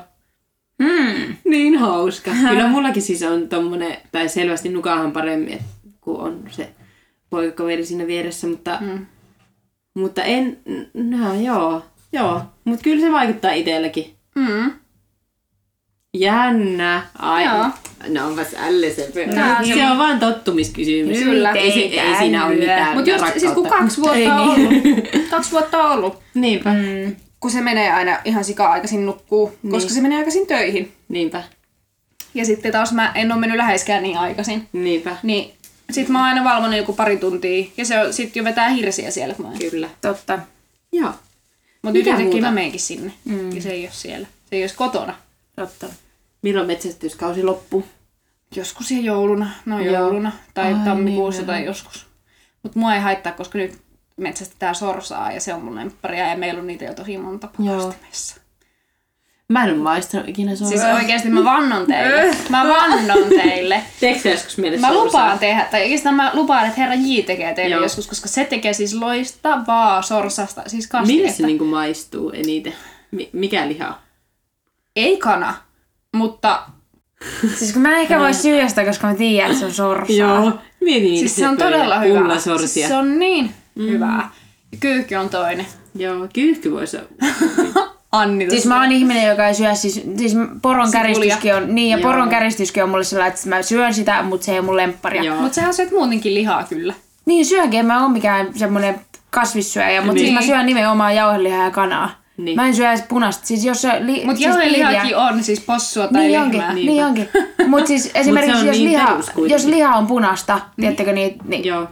Speaker 2: Hmm.
Speaker 3: Mm. Niin hauska. Kyllä mullakin siis on tommonen, tai selvästi nukahan paremmin, et- kun on se poikakaveri siinä vieressä, mutta,
Speaker 2: Hmm.
Speaker 3: mm. mutta en, no joo, joo. Mutta kyllä se vaikuttaa itselläkin.
Speaker 2: Mm.
Speaker 3: Jännä. Ai,
Speaker 2: Joo.
Speaker 3: no onpas ällösepö.
Speaker 2: Tää on
Speaker 3: Se on vaan tottumiskysymys.
Speaker 2: Kyllä.
Speaker 3: Ei, se, ei siinä ole mitään
Speaker 2: Mutta just siis kun
Speaker 3: rakkautta. niin.
Speaker 2: kaksi vuotta on ollut, Hmm. kaksi vuotta on ollut,
Speaker 3: Niinpä, mm.
Speaker 2: kun se menee aina ihan sika-aikaisin nukkuu, niin. koska se menee aikaisin töihin.
Speaker 3: niinpä,
Speaker 2: Ja sitten taas mä en ole mennyt läheskään niin aikaisin.
Speaker 3: niinpä.
Speaker 2: Niin sit mä oon aina valvonut joku pari tuntia ja se on, sit jo vetää hirsiä siellä. Kun mä
Speaker 3: Kyllä.
Speaker 1: Totta.
Speaker 3: Joo.
Speaker 2: Mutta nyt
Speaker 3: Mitä
Speaker 2: jotenkin
Speaker 3: muuta?
Speaker 2: mä meenkin sinne mm. ja se ei ole siellä. Se ei ole kotona.
Speaker 1: Totta.
Speaker 3: Milloin metsästyskausi loppuu?
Speaker 2: Joskus ja jouluna, no jouluna tai Ai, tammikuussa niin, tai joskus. Mutta mua ei haittaa, koska nyt metsästetään sorsaa ja se on mun lempparia ja meillä on niitä jo tosi monta pakastimessa.
Speaker 3: Mä en ole maistanut ikinä
Speaker 2: Siis
Speaker 3: sorsaa.
Speaker 2: oikeasti mä vannon teille. Mä vannon teille.
Speaker 3: Siis, Teekö joskus meille
Speaker 2: Mä
Speaker 3: Äh. sorsaa?
Speaker 2: lupaan tehdä, tai oikeastaan mä lupaan, että herra J tekee teille
Speaker 3: Joo.
Speaker 2: joskus, koska se tekee siis loistavaa sorsasta, siis
Speaker 3: Millä
Speaker 2: kastiketta.
Speaker 3: se niinku maistuu eniten? Mi- mikä liha?
Speaker 2: Ei kana, mutta
Speaker 1: Siis kun mä en ehkä voi syödä sitä, koska mä tiedän, että se on sorsaa.
Speaker 3: Joo, mietin
Speaker 2: Siis se on todella hyvä.
Speaker 3: Pullasortia.
Speaker 2: Siis se on niin mm. hyvää. Ja Kyykky on toinen.
Speaker 3: Joo, kyyhky voisi olla.
Speaker 2: Anni
Speaker 1: Siis
Speaker 2: tuossa.
Speaker 1: mä oon ihminen, joka ei syö, siis, siis poron käristyskin on, niin ja
Speaker 3: Joo.
Speaker 1: poron käristyskin on mulle sellainen, että mä syön sitä, mutta se ei ole mun lempparia.
Speaker 3: Joo.
Speaker 2: Mut sähän syöt muutenkin lihaa kyllä.
Speaker 1: Niin syönkin, en mä oon mikään semmonen kasvissyöjä, mutta niin. siis mä syön nimenomaan jauhelihaa ja kanaa. Niin.
Speaker 3: Niin.
Speaker 1: Mä en syö edes punaista, siis jos se... Li,
Speaker 2: Mutta
Speaker 1: siis
Speaker 2: siis
Speaker 1: tiiliä-
Speaker 2: jauhelihaakin on siis possua tai
Speaker 1: niin
Speaker 2: lehmää.
Speaker 1: onkin, niin onkin. Mutta siis esimerkiksi
Speaker 3: on
Speaker 1: jos,
Speaker 3: niin
Speaker 1: liha,
Speaker 3: perus kuitenkin.
Speaker 1: jos liha on punasta, niin. tiedättekö niin, niin
Speaker 3: Joo.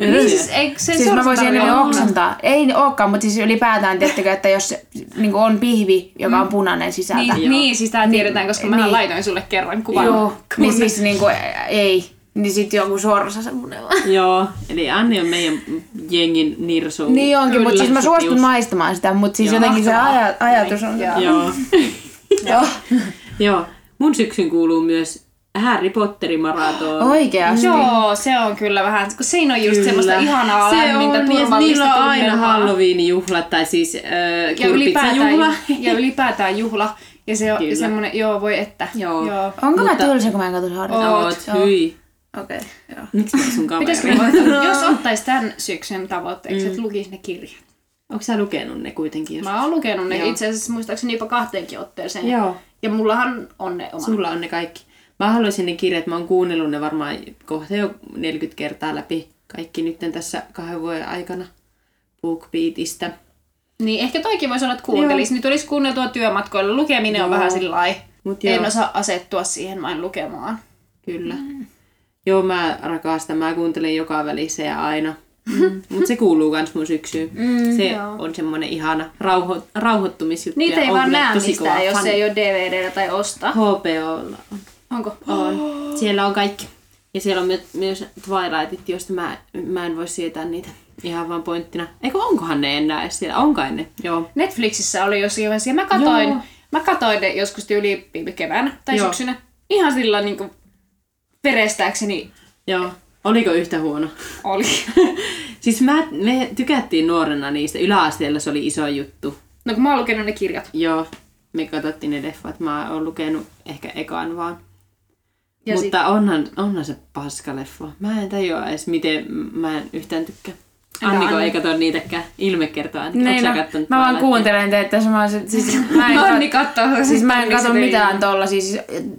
Speaker 2: Niin siis, eikö se
Speaker 1: siis mä
Speaker 2: sorsa
Speaker 1: voisin
Speaker 2: tarvi
Speaker 1: enemmän
Speaker 2: olla?
Speaker 1: oksentaa. Ei ne olekaan, mutta siis ylipäätään, tiettäkö, että jos niin on pihvi, joka on punainen sisältä.
Speaker 2: Niin, niin, siis tää tiedetään, koska mä
Speaker 1: niin.
Speaker 2: laitoin sulle kerran kuvan.
Speaker 1: Joo, niin siis niin kuin, ei. Niin sitten joku sorsa semmoinen vaan.
Speaker 3: Joo, eli Anni on meidän jengin nirsu.
Speaker 1: Niin onkin, mutta siis mä suostun
Speaker 3: Just.
Speaker 1: maistamaan sitä, mutta siis jotenkin se
Speaker 2: Mahtavaa.
Speaker 1: aja, ajatus on...
Speaker 2: Joo.
Speaker 3: Joo.
Speaker 1: Joo.
Speaker 3: Joo. Mun syksyn kuuluu myös Harry Potterin maraton.
Speaker 1: Oikeasti.
Speaker 2: Joo, se on kyllä vähän, kun siinä on just kyllä. semmoista ihanaa
Speaker 3: Se
Speaker 2: lämmintä,
Speaker 3: on, ja siis
Speaker 2: turvallista
Speaker 3: niillä on aina
Speaker 2: tunnelmaa.
Speaker 3: Halloweenin juhlat, tai siis äh,
Speaker 2: ja ylipäätään,
Speaker 3: juhla.
Speaker 2: ja ylipäätään juhla. Ja se on
Speaker 3: Kyllä.
Speaker 2: semmoinen, joo voi että.
Speaker 3: Joo.
Speaker 2: joo.
Speaker 1: Onko mä
Speaker 3: Mutta-
Speaker 1: tylsä, kun mä en katso harjoittaa?
Speaker 3: Oot,
Speaker 1: Joo.
Speaker 3: hyi.
Speaker 1: Okei, joo.
Speaker 3: Miksi mä sun
Speaker 2: Pitäisikö
Speaker 3: kaveri?
Speaker 2: me laittaa- jos ottais tämän syksyn tavoitteeksi, että lukis ne kirjat.
Speaker 3: Onko sä lukenut ne kuitenkin? Jos...
Speaker 2: Mä oon lukenut ne
Speaker 3: Joo.
Speaker 2: itse asiassa muistaakseni jopa kahteenkin otteeseen.
Speaker 3: Joo.
Speaker 2: Ja mullahan on ne omat.
Speaker 3: Sulla on ne kaikki. Mä haluaisin ne kirjat, mä oon kuunnellut ne varmaan kohta jo 40 kertaa läpi kaikki nytten tässä kahden vuoden aikana BookBeatista.
Speaker 2: Niin ehkä toikin voisi olla, että kuuntelis. Nyt olisi kuunneltua työmatkoilla. Lukeminen on vähän sillä lailla.
Speaker 3: Mut joo.
Speaker 2: En osaa asettua siihen vain lukemaan.
Speaker 3: Kyllä. Mm. Joo, mä rakastan. Mä kuuntelen joka välissä ja aina. Mm. Mutta se kuuluu kans mun syksyyn. Mm, se
Speaker 2: joo.
Speaker 3: joo. on semmoinen ihana rauho- rauhoittumisjuttu.
Speaker 2: Niitä
Speaker 3: ja
Speaker 2: ei
Speaker 3: on
Speaker 2: vaan
Speaker 3: kyllä
Speaker 2: näe
Speaker 3: tosi
Speaker 2: mistään,
Speaker 3: kova
Speaker 2: jos
Speaker 3: fani.
Speaker 2: ei ole DVDllä tai osta.
Speaker 3: HBOlla on.
Speaker 2: Onko?
Speaker 3: on. Siellä on kaikki. Ja siellä on my- myös Twilightit, joista mä, mä en voi sietää niitä ihan vaan pointtina. Eikö onkohan ne enää edes siellä? Onkai ne? Joo.
Speaker 2: Netflixissä oli jossakin vaiheessa. Ja mä katoin,
Speaker 3: Joo.
Speaker 2: mä katoin ne joskus yli viime keväänä tai
Speaker 3: Joo.
Speaker 2: syksynä. Ihan sillä niin kuin perestääkseni
Speaker 3: Joo. Oliko yhtä huono?
Speaker 2: oli.
Speaker 3: siis mä, me tykättiin nuorena niistä. Yläasteella se oli iso juttu.
Speaker 2: No kun mä oon lukenut ne kirjat.
Speaker 3: Joo, me katsottiin ne leffat. Mä oon lukenut ehkä ekan vaan.
Speaker 2: Ja
Speaker 3: Ja Mutta sit... onhan, onhan se paskaleffa. Mä en tajua edes, miten mä en yhtään tykkää. Anniko
Speaker 2: Anni?
Speaker 3: ei kato niitäkään. Ilme kertoo Anni. Niin,
Speaker 1: Niin,
Speaker 3: sä
Speaker 1: no,
Speaker 3: kattonut
Speaker 1: mä vaan
Speaker 3: Twilightia?
Speaker 1: kuuntelen teitä, että mä, oon- siis, mä en,
Speaker 2: Anni
Speaker 1: kat-
Speaker 2: katsoo.
Speaker 1: siis mä en katso
Speaker 2: Miksi
Speaker 1: mitään
Speaker 2: ei?
Speaker 1: tuolla, siis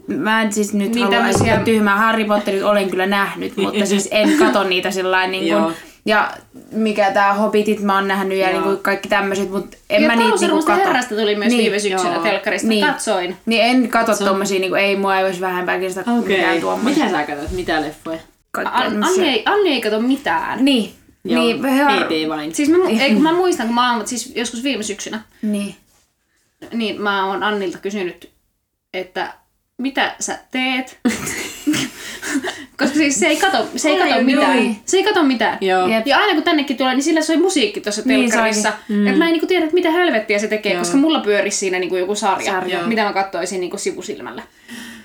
Speaker 1: mä en siis nyt
Speaker 2: Niin
Speaker 1: niin halua
Speaker 2: tämmösiä-
Speaker 1: esittää tyhmää Harry Potterit, olen kyllä nähnyt, mutta siis en kato niitä sillä niin
Speaker 3: Joo.
Speaker 1: kuin, ja mikä tää Hobbitit mä oon nähnyt ja
Speaker 3: Joo.
Speaker 1: niin kuin kaikki tämmöiset, mutta en
Speaker 2: Ja
Speaker 1: mä niitä niin
Speaker 2: Taulusormusten
Speaker 1: kuin kato.
Speaker 2: herrasta tuli myös
Speaker 1: Niin,
Speaker 2: viime syksynä
Speaker 3: joo.
Speaker 2: telkkarista.
Speaker 1: Niin.
Speaker 2: Katsoin.
Speaker 1: Niin en kato tommosia, niin kuin, ei mua ei olisi vähempääkin sitä okay. mitään
Speaker 3: Okei.
Speaker 1: tuommoista.
Speaker 3: Mitä sä katsot? Mitä leffoja?
Speaker 2: An- Anni, ei, Anni ei kato mitään.
Speaker 1: Niin,
Speaker 3: Joo.
Speaker 1: niin, har-
Speaker 3: PP vain.
Speaker 2: Siis mä, mu- ei, kun mä muistan, kun mä oon, siis joskus viime syksynä,
Speaker 1: niin.
Speaker 2: niin mä oon Annilta kysynyt, että mitä sä teet? Koska siis se ei kato, se ei
Speaker 1: Oi,
Speaker 2: kato
Speaker 1: oi.
Speaker 2: mitään. Se ei kato mitään.
Speaker 3: Joo.
Speaker 1: Jep.
Speaker 2: Ja aina kun tännekin tulee, niin sillä soi musiikki tuossa
Speaker 1: Niin
Speaker 2: telkkarissa. Niin, mm. Että mä en niinku tiedä, että mitä helvettiä se tekee, Joo. koska mulla pyörisi siinä niinku joku sarja,
Speaker 1: Sarja.
Speaker 2: Joo. mitä mä katsoisin niinku sivusilmällä.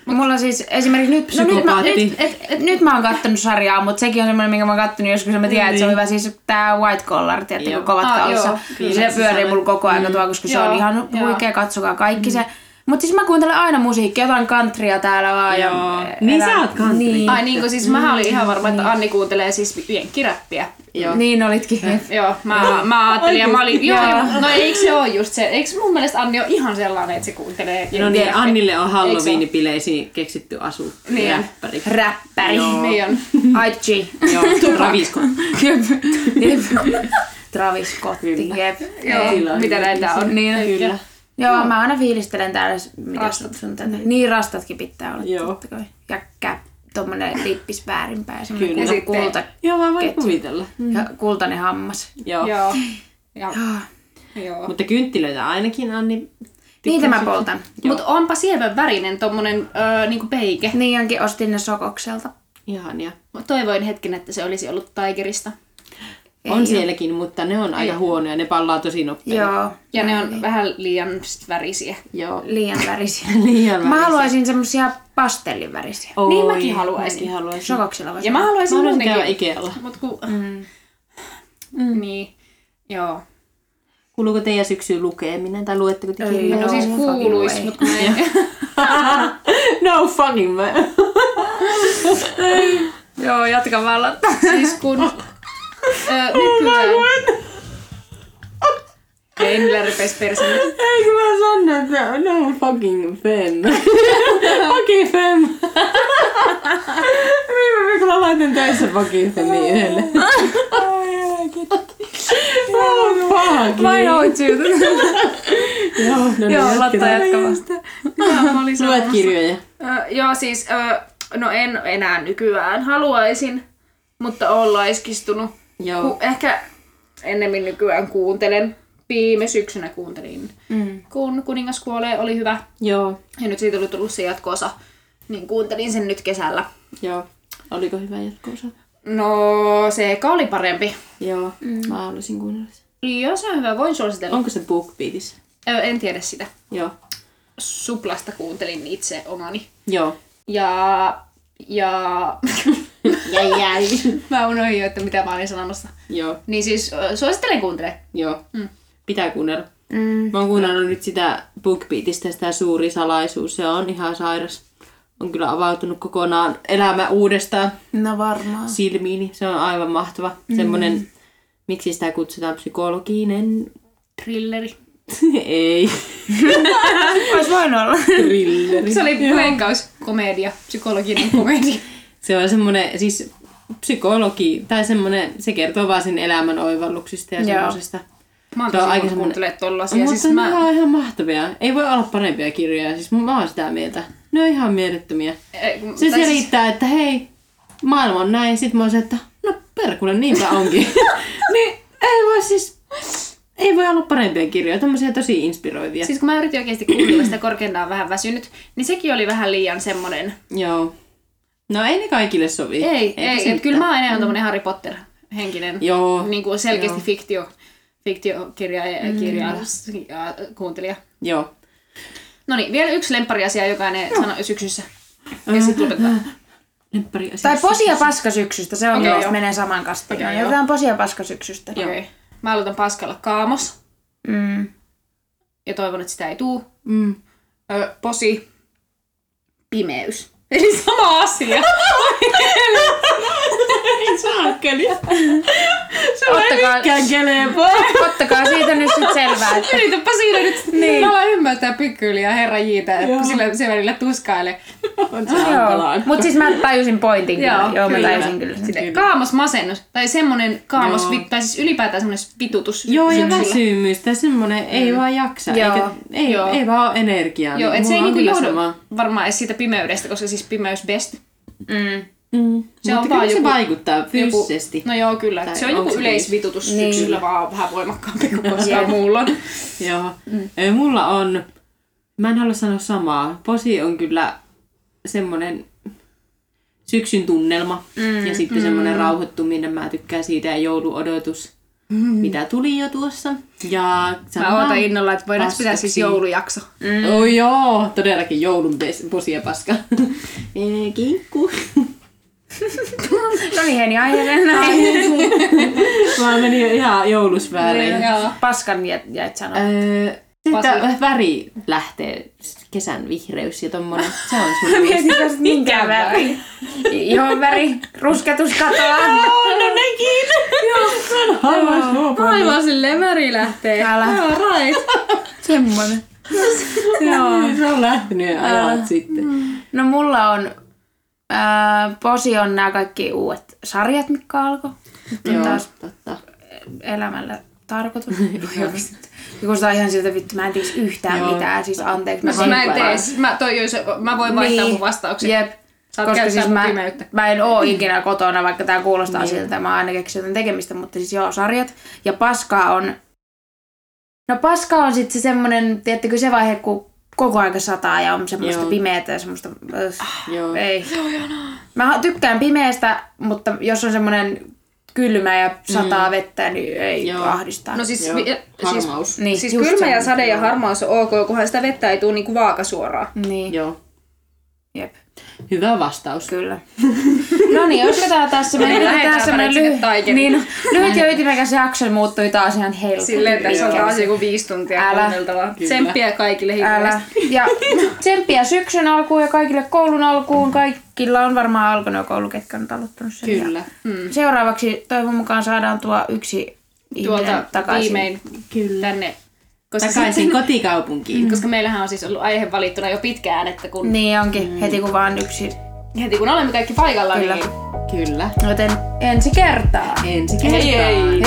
Speaker 1: Mulla siis esimerkiksi nyt, no nyt, mä,
Speaker 3: Psykopaatti.
Speaker 1: nyt, et, et, nyt mä oon kattonut sarjaa, mutta sekin on semmoinen, minkä mä oon kattonut joskus, ja mä tiedän, että se on hyvä. Siis tää White Collar, tiedättekö,
Speaker 3: Niin. Joo. Siis
Speaker 1: kovat
Speaker 2: Ah,
Speaker 1: kaulassa.
Speaker 2: joo,
Speaker 1: Niin se pyörii mulla koko
Speaker 3: Mm.
Speaker 1: ajan tuo, koska se
Speaker 2: Joo,
Speaker 1: on ihan
Speaker 2: joo.
Speaker 1: huikea, katsokaa kaikki se. Mutta siis mä kuuntelen aina musiikkia, jotain countrya täällä vaan. ja
Speaker 3: Joo.
Speaker 1: elän-
Speaker 3: Niin sä oot country.
Speaker 1: Niin,
Speaker 2: Ai niin, kun siis mä olin ihan varma, että Anni kuuntelee siis jenkkiräppiä.
Speaker 3: Joo. Äh.
Speaker 1: niin olitkin.
Speaker 2: Joo, mä, mä ajattelin ja mä olin, joo, joo, no eikö se ole just se, eikö mun mielestä Anni ole ihan sellainen, että se kuuntelee
Speaker 3: No niin,
Speaker 2: jenkkiräppiä?
Speaker 3: Annille on
Speaker 2: Eikö se ole?
Speaker 3: Halloween-bileisiin keksitty asu.
Speaker 2: Niin.
Speaker 3: Räppäri.
Speaker 1: Räppäri.
Speaker 3: Joo.
Speaker 2: Niin on.
Speaker 1: Ai G.
Speaker 3: Joo, ravisko.
Speaker 1: Jep. Jep. Travis Scott. Jep.
Speaker 2: Joo, mitä näitä on.
Speaker 1: Niin,
Speaker 3: Kyllä.
Speaker 1: Joo, mä aina fiilistelen täällä s- mitä rastat. sun tätä. Niin, rastatkin pitää olla.
Speaker 3: Joo.
Speaker 1: totta kai. Ja käp, tommonen lippis väärinpäin, semmonen
Speaker 3: Kyllä.
Speaker 1: kulta,
Speaker 2: Ja Mm.
Speaker 1: kulta,
Speaker 3: Joo, mä voin
Speaker 1: Ketjut.
Speaker 3: kuvitella.
Speaker 1: ja kultainen hammas.
Speaker 3: Joo.
Speaker 2: Joo. Ja, joo.
Speaker 3: Mutta kynttilöitä ainakin Anni.
Speaker 1: Niitä mä poltan.
Speaker 2: Mutta onpa sievän värinen tommonen öö, niinku peike.
Speaker 1: Niin onkin, ostin ne sokokselta.
Speaker 3: Ihania.
Speaker 2: Mä Toivoin hetken, että se olisi ollut Tigerista.
Speaker 1: Ei
Speaker 3: on
Speaker 1: oo.
Speaker 3: sielläkin, mutta ne on aika huonoja. Ne pallaa tosi nopeasti.
Speaker 1: Joo,
Speaker 2: Ja ne on vähän liian sit värisiä.
Speaker 3: Joo.
Speaker 1: liian värisiä.
Speaker 3: Liian
Speaker 1: mä haluaisin semmosia pastellin värisiä.
Speaker 3: Oi,
Speaker 2: Niin mäkin haluaisin.
Speaker 3: Mäkin haluaisin.
Speaker 1: Sokoksella voisi
Speaker 2: Ja mä haluaisin,
Speaker 3: Mä haluaisin
Speaker 2: muutenkin-
Speaker 3: käydä Ikealla.
Speaker 2: Mut ku... Mm. Niin. Joo.
Speaker 3: Kuuluuko teidän syksyyn lukeminen tai luetteko te
Speaker 1: Ei.
Speaker 3: kirjoja?
Speaker 2: No,
Speaker 1: Joo,
Speaker 2: siis
Speaker 1: fucking
Speaker 2: kuuluis,
Speaker 1: way.
Speaker 2: mutta mä en.
Speaker 3: no fucking man.
Speaker 2: Joo, jatka vaan Latta. Siis kun... Ö, nykyään... Engler pes persille.
Speaker 3: Eikö mä sano, että no fucking fem. fucking fem. Viime viikolla laitan töissä fucking femi yhdelle. Oh, fuck.
Speaker 1: Niin.
Speaker 2: Why not you?
Speaker 3: Joo, no niin,
Speaker 2: Joo, Latta
Speaker 3: jatketaan.
Speaker 2: jatka vaan. Joo, mä olin
Speaker 3: Luet
Speaker 2: sanomassa.
Speaker 3: kirjoja.
Speaker 2: Ö, joo, siis ö, no en enää nykyään haluaisin, mutta olen laiskistunut.
Speaker 3: Joo.
Speaker 2: Ku, ehkä ennemmin nykyään kuuntelen. Viime syksynä kuuntelin, mm. kun Kuningas kuolee oli hyvä.
Speaker 3: Joo.
Speaker 2: Ja nyt siitä oli tullut se jatkoosa, niin kuuntelin sen nyt kesällä.
Speaker 3: Joo. Oliko hyvä jatkoosa?
Speaker 2: No, se eka oli parempi.
Speaker 3: Joo. Mä haluaisin kuunnella sen.
Speaker 2: Joo, se on hyvä, voin suositella.
Speaker 3: Onko se BookBeatissä?
Speaker 2: Ö, en tiedä sitä.
Speaker 3: Joo.
Speaker 2: Suplasta kuuntelin itse omani.
Speaker 3: Joo.
Speaker 2: Ja... Ja...
Speaker 3: Jäi jäi.
Speaker 2: mä unohdin jo, että mitä mä olin sanomassa.
Speaker 3: Joo.
Speaker 2: Niin siis ö, suosittelen kuuntele.
Speaker 3: Joo. Pitää kuunnella. Mm. Mä oon kuunnellut nyt sitä BookBeatistä, sitä suuri salaisuus. Se on ihan sairas. On kyllä avautunut kokonaan elämä uudestaan
Speaker 1: No varmaan.
Speaker 3: silmiini. Se on aivan mahtava. Mm. Semmonen, miksi sitä kutsutaan psykologinen?
Speaker 2: Thrilleri.
Speaker 3: Ei.
Speaker 1: Olisi voinut olla.
Speaker 3: Thrilleri.
Speaker 2: Se oli puheenkaus komedia, psykologinen komedia.
Speaker 3: Se on semmoinen, siis psykologi, tai semmoinen, se kertoo vaan sen elämän oivalluksista ja
Speaker 1: Joo.
Speaker 3: semmoisesta.
Speaker 2: Mä oon
Speaker 3: Tuo on
Speaker 2: tosi
Speaker 3: aika
Speaker 2: aika
Speaker 3: semmonen-
Speaker 2: kuuntelee tollasia.
Speaker 3: Mutta
Speaker 2: Siis
Speaker 3: siis
Speaker 2: mä,
Speaker 3: nämä on ihan mahtavia. Ei voi olla parempia kirjoja, siis mä oon sitä mieltä. Ne on ihan mielettömiä.
Speaker 2: Ei, kun-
Speaker 3: Se
Speaker 2: tai siis-
Speaker 3: selittää, että hei, maailma on näin. Sitten mä oon se, että no perkule, niinpä onkin. niin ei voi siis, ei voi olla parempia kirjoja. Tämmöisiä tosi inspiroivia. Siis,
Speaker 2: Siis kun mä yritin oikeasti kuunnella sitä korkeintaan vähän väsynyt, niin sekin oli vähän liian semmonen...
Speaker 3: Joo. No ei ne kaikille sovi.
Speaker 2: Ei,
Speaker 3: Eikä se
Speaker 2: ei. Et
Speaker 3: mitään.
Speaker 2: kyllä mä oon enemmän tommonen Harry Potter henkinen.
Speaker 3: Joo.
Speaker 2: Niin kuin selkeästi
Speaker 3: Joo.
Speaker 2: fiktio, fiktiokirja ja kirja, kuuntelija.
Speaker 3: Joo.
Speaker 2: No niin, vielä yksi lemppariasia, joka ne no. sanoi syksyssä. Ja sit lopetetaan.
Speaker 3: Lemppari asia.
Speaker 1: Tai posia paskasyksystä, se on
Speaker 2: Okei,
Speaker 1: okay,
Speaker 2: joo.
Speaker 1: menee saman kastiin.
Speaker 2: Okei,
Speaker 1: Okay,
Speaker 2: joo.
Speaker 1: Jotain posia paskasyksystä.
Speaker 2: Okei. Okay. Mä aloitan paskalla kaamos
Speaker 1: Mm.
Speaker 2: ja toivon, että sitä ei tuu.
Speaker 3: Mm.
Speaker 2: Ö, posi. Pimeys. Eli sama asia.
Speaker 3: Saakkeli.
Speaker 1: Ottakaa,
Speaker 3: Kelepo.
Speaker 1: ottakaa siitä nyt sit selvää. Että...
Speaker 2: Yritäpä siinä nyt niin. mä alan ymmärtää pikkyliä herra Jiitä, kun sillä se välillä tuskailee.
Speaker 3: On se hankalaa.
Speaker 1: Mutta siis mä tajusin pointin kyllä. Joo, joo mä
Speaker 2: kyllä.
Speaker 1: tajusin kyllä. sen.
Speaker 2: Sitä kaamos masennus, tai semmonen kaamos,
Speaker 3: Joo.
Speaker 2: tai siis ylipäätään semmonen pitutus.
Speaker 3: Joo, ja
Speaker 2: syksyllä. Mm.
Speaker 3: väsymys. Tai semmonen ei vaan jaksa.
Speaker 1: Joo.
Speaker 3: Eikä, ei,
Speaker 2: Joo.
Speaker 3: ei vaan ole energiaa. Niin
Speaker 2: Joo, et se ei
Speaker 3: Mulla on
Speaker 2: niinku
Speaker 3: kyllä
Speaker 2: johdu
Speaker 3: sama.
Speaker 2: varmaan edes siitä pimeydestä, koska siis pimeys best.
Speaker 1: Mm.
Speaker 3: Mm.
Speaker 2: Se
Speaker 3: Se
Speaker 2: on
Speaker 3: Mutta
Speaker 2: vaan
Speaker 3: kyllä se
Speaker 2: joku-
Speaker 3: vaikuttaa fyysisesti.
Speaker 2: No joo, kyllä.
Speaker 3: Tai
Speaker 2: se on joku
Speaker 3: onko se
Speaker 2: yleisvitutus syksyllä, vaan vähän voimakkaampi kuin koskaan muulla.
Speaker 3: Joo. Mm. Mulla on, mä en halua sanoa samaa. Posi on kyllä semmonen syksyn tunnelma mm. ja sitten mm. semmoinen rauhoittuminen. Mä tykkään siitä ja jouluodotus, mm. mitä tuli jo tuossa. Ja
Speaker 2: Mä ootan
Speaker 3: sanotaan-
Speaker 2: innolla, että voidaan pitää siis
Speaker 3: Paskaksi.
Speaker 2: joulujakso.
Speaker 3: Mm. Oh, joo, todellakin joulun pes- posi ja paska. Ee, Kinkku.
Speaker 1: No niin, Heni, aiheeseen näin.
Speaker 3: Mä menin jo ihan joulusfääreihin.
Speaker 2: Joo.
Speaker 1: Paskan jä- jäit sanoa.
Speaker 3: Öö, se, että
Speaker 2: Pasi-
Speaker 3: väri lähtee, kesän vihreys ja tommonen, se on sun
Speaker 1: Mietin tästä minkä väri. Ihon väri, rusketus katoaa.
Speaker 3: No,
Speaker 2: Aivan silleen väri lähtee.
Speaker 1: Älä. Joo, right. Semmonen.
Speaker 3: Joo. mm, Se on lähtenyt ja ajat sitten.
Speaker 1: No mulla on, ää, posi on nämä kaikki uudet sarjat, mitkä alkoi.
Speaker 3: Joo,
Speaker 1: Taas
Speaker 3: totta.
Speaker 1: elämällä tarkoitus. Voi oikeesti. Ja Kun sitä on ihan siltä vittu, mä en tiedä yhtään
Speaker 3: Joo.
Speaker 1: mitään. Siis anteeksi,
Speaker 2: Mä, mä en
Speaker 1: haluan-
Speaker 2: tee, siis mä, toi, jos, mä voin vaihtaa mun vastauksen.
Speaker 1: Jep. Koska
Speaker 2: Saat käyttää Niin.
Speaker 1: siis
Speaker 2: mun
Speaker 1: mä,
Speaker 2: pimeyttä.
Speaker 1: mä en oo ikinä kotona, vaikka tää kuulostaa siltä. Mä aina keksin jotain tekemistä, mutta siis joo, sarjat. Ja paskaa on... No paska on sit se semmonen, tiedättekö se vaihe, kun koko aika sataa ja on semmoista
Speaker 3: Joo.
Speaker 1: pimeätä ja semmoista...
Speaker 2: Ah,
Speaker 3: Joo.
Speaker 1: Ei. Mä tykkään pimeästä, mutta jos on semmonen kylmä ja sataa mm. vettä, niin ei
Speaker 3: Joo.
Speaker 1: ahdistaa.
Speaker 2: No siis,
Speaker 3: Äh, Joo.
Speaker 2: vi- siis,
Speaker 3: Harmaus.
Speaker 1: niin,
Speaker 2: siis
Speaker 1: just
Speaker 2: kylmä
Speaker 1: semmonen.
Speaker 2: ja niin sade ja harmaus on ok, kunhan sitä vettä ei tule niinku vaakasuoraan.
Speaker 1: Niin.
Speaker 3: Mm. Joo.
Speaker 1: Jep,
Speaker 4: Hyvä vastaus.
Speaker 1: kyllä. No niin, olisiko tää taas semmoinen,
Speaker 5: lähdetään
Speaker 1: tää semmoinen
Speaker 5: sinne
Speaker 1: lyhyt,
Speaker 5: taikeriin.
Speaker 1: niin, no, lyhyt ja ytimekäs jakso muuttui taas ihan helposti.
Speaker 5: Silleen tässä on taas joku viisi tuntia
Speaker 1: Älä.
Speaker 5: kuunneltavaa. Tsemppiä kaikille
Speaker 1: Älä.
Speaker 5: hirveästi.
Speaker 1: Ja tsemppiä syksyn alkuun ja kaikille koulun alkuun. Kaikilla on varmaan alkanut jo koulu, ketkä on aloittanut sen.
Speaker 4: Kyllä.
Speaker 1: Ja Seuraavaksi toivon mukaan saadaan tuo yksi ihminen
Speaker 2: tuolta
Speaker 1: takaisin.
Speaker 2: viimein tänne. Koska,
Speaker 4: Takaisin kotikaupunkiin.
Speaker 3: Mm.
Speaker 2: koska meillähän on siis ollut aihe valittuna jo pitkään, että kun,
Speaker 1: Niin onkin, heti kun vaan yksi.
Speaker 2: heti kun olemme kaikki paikalla,
Speaker 1: Niin. Kyllä.
Speaker 2: niin
Speaker 4: Kyllä.
Speaker 1: Joten ensi kertaa.
Speaker 4: Ensi kertaan.
Speaker 2: hei!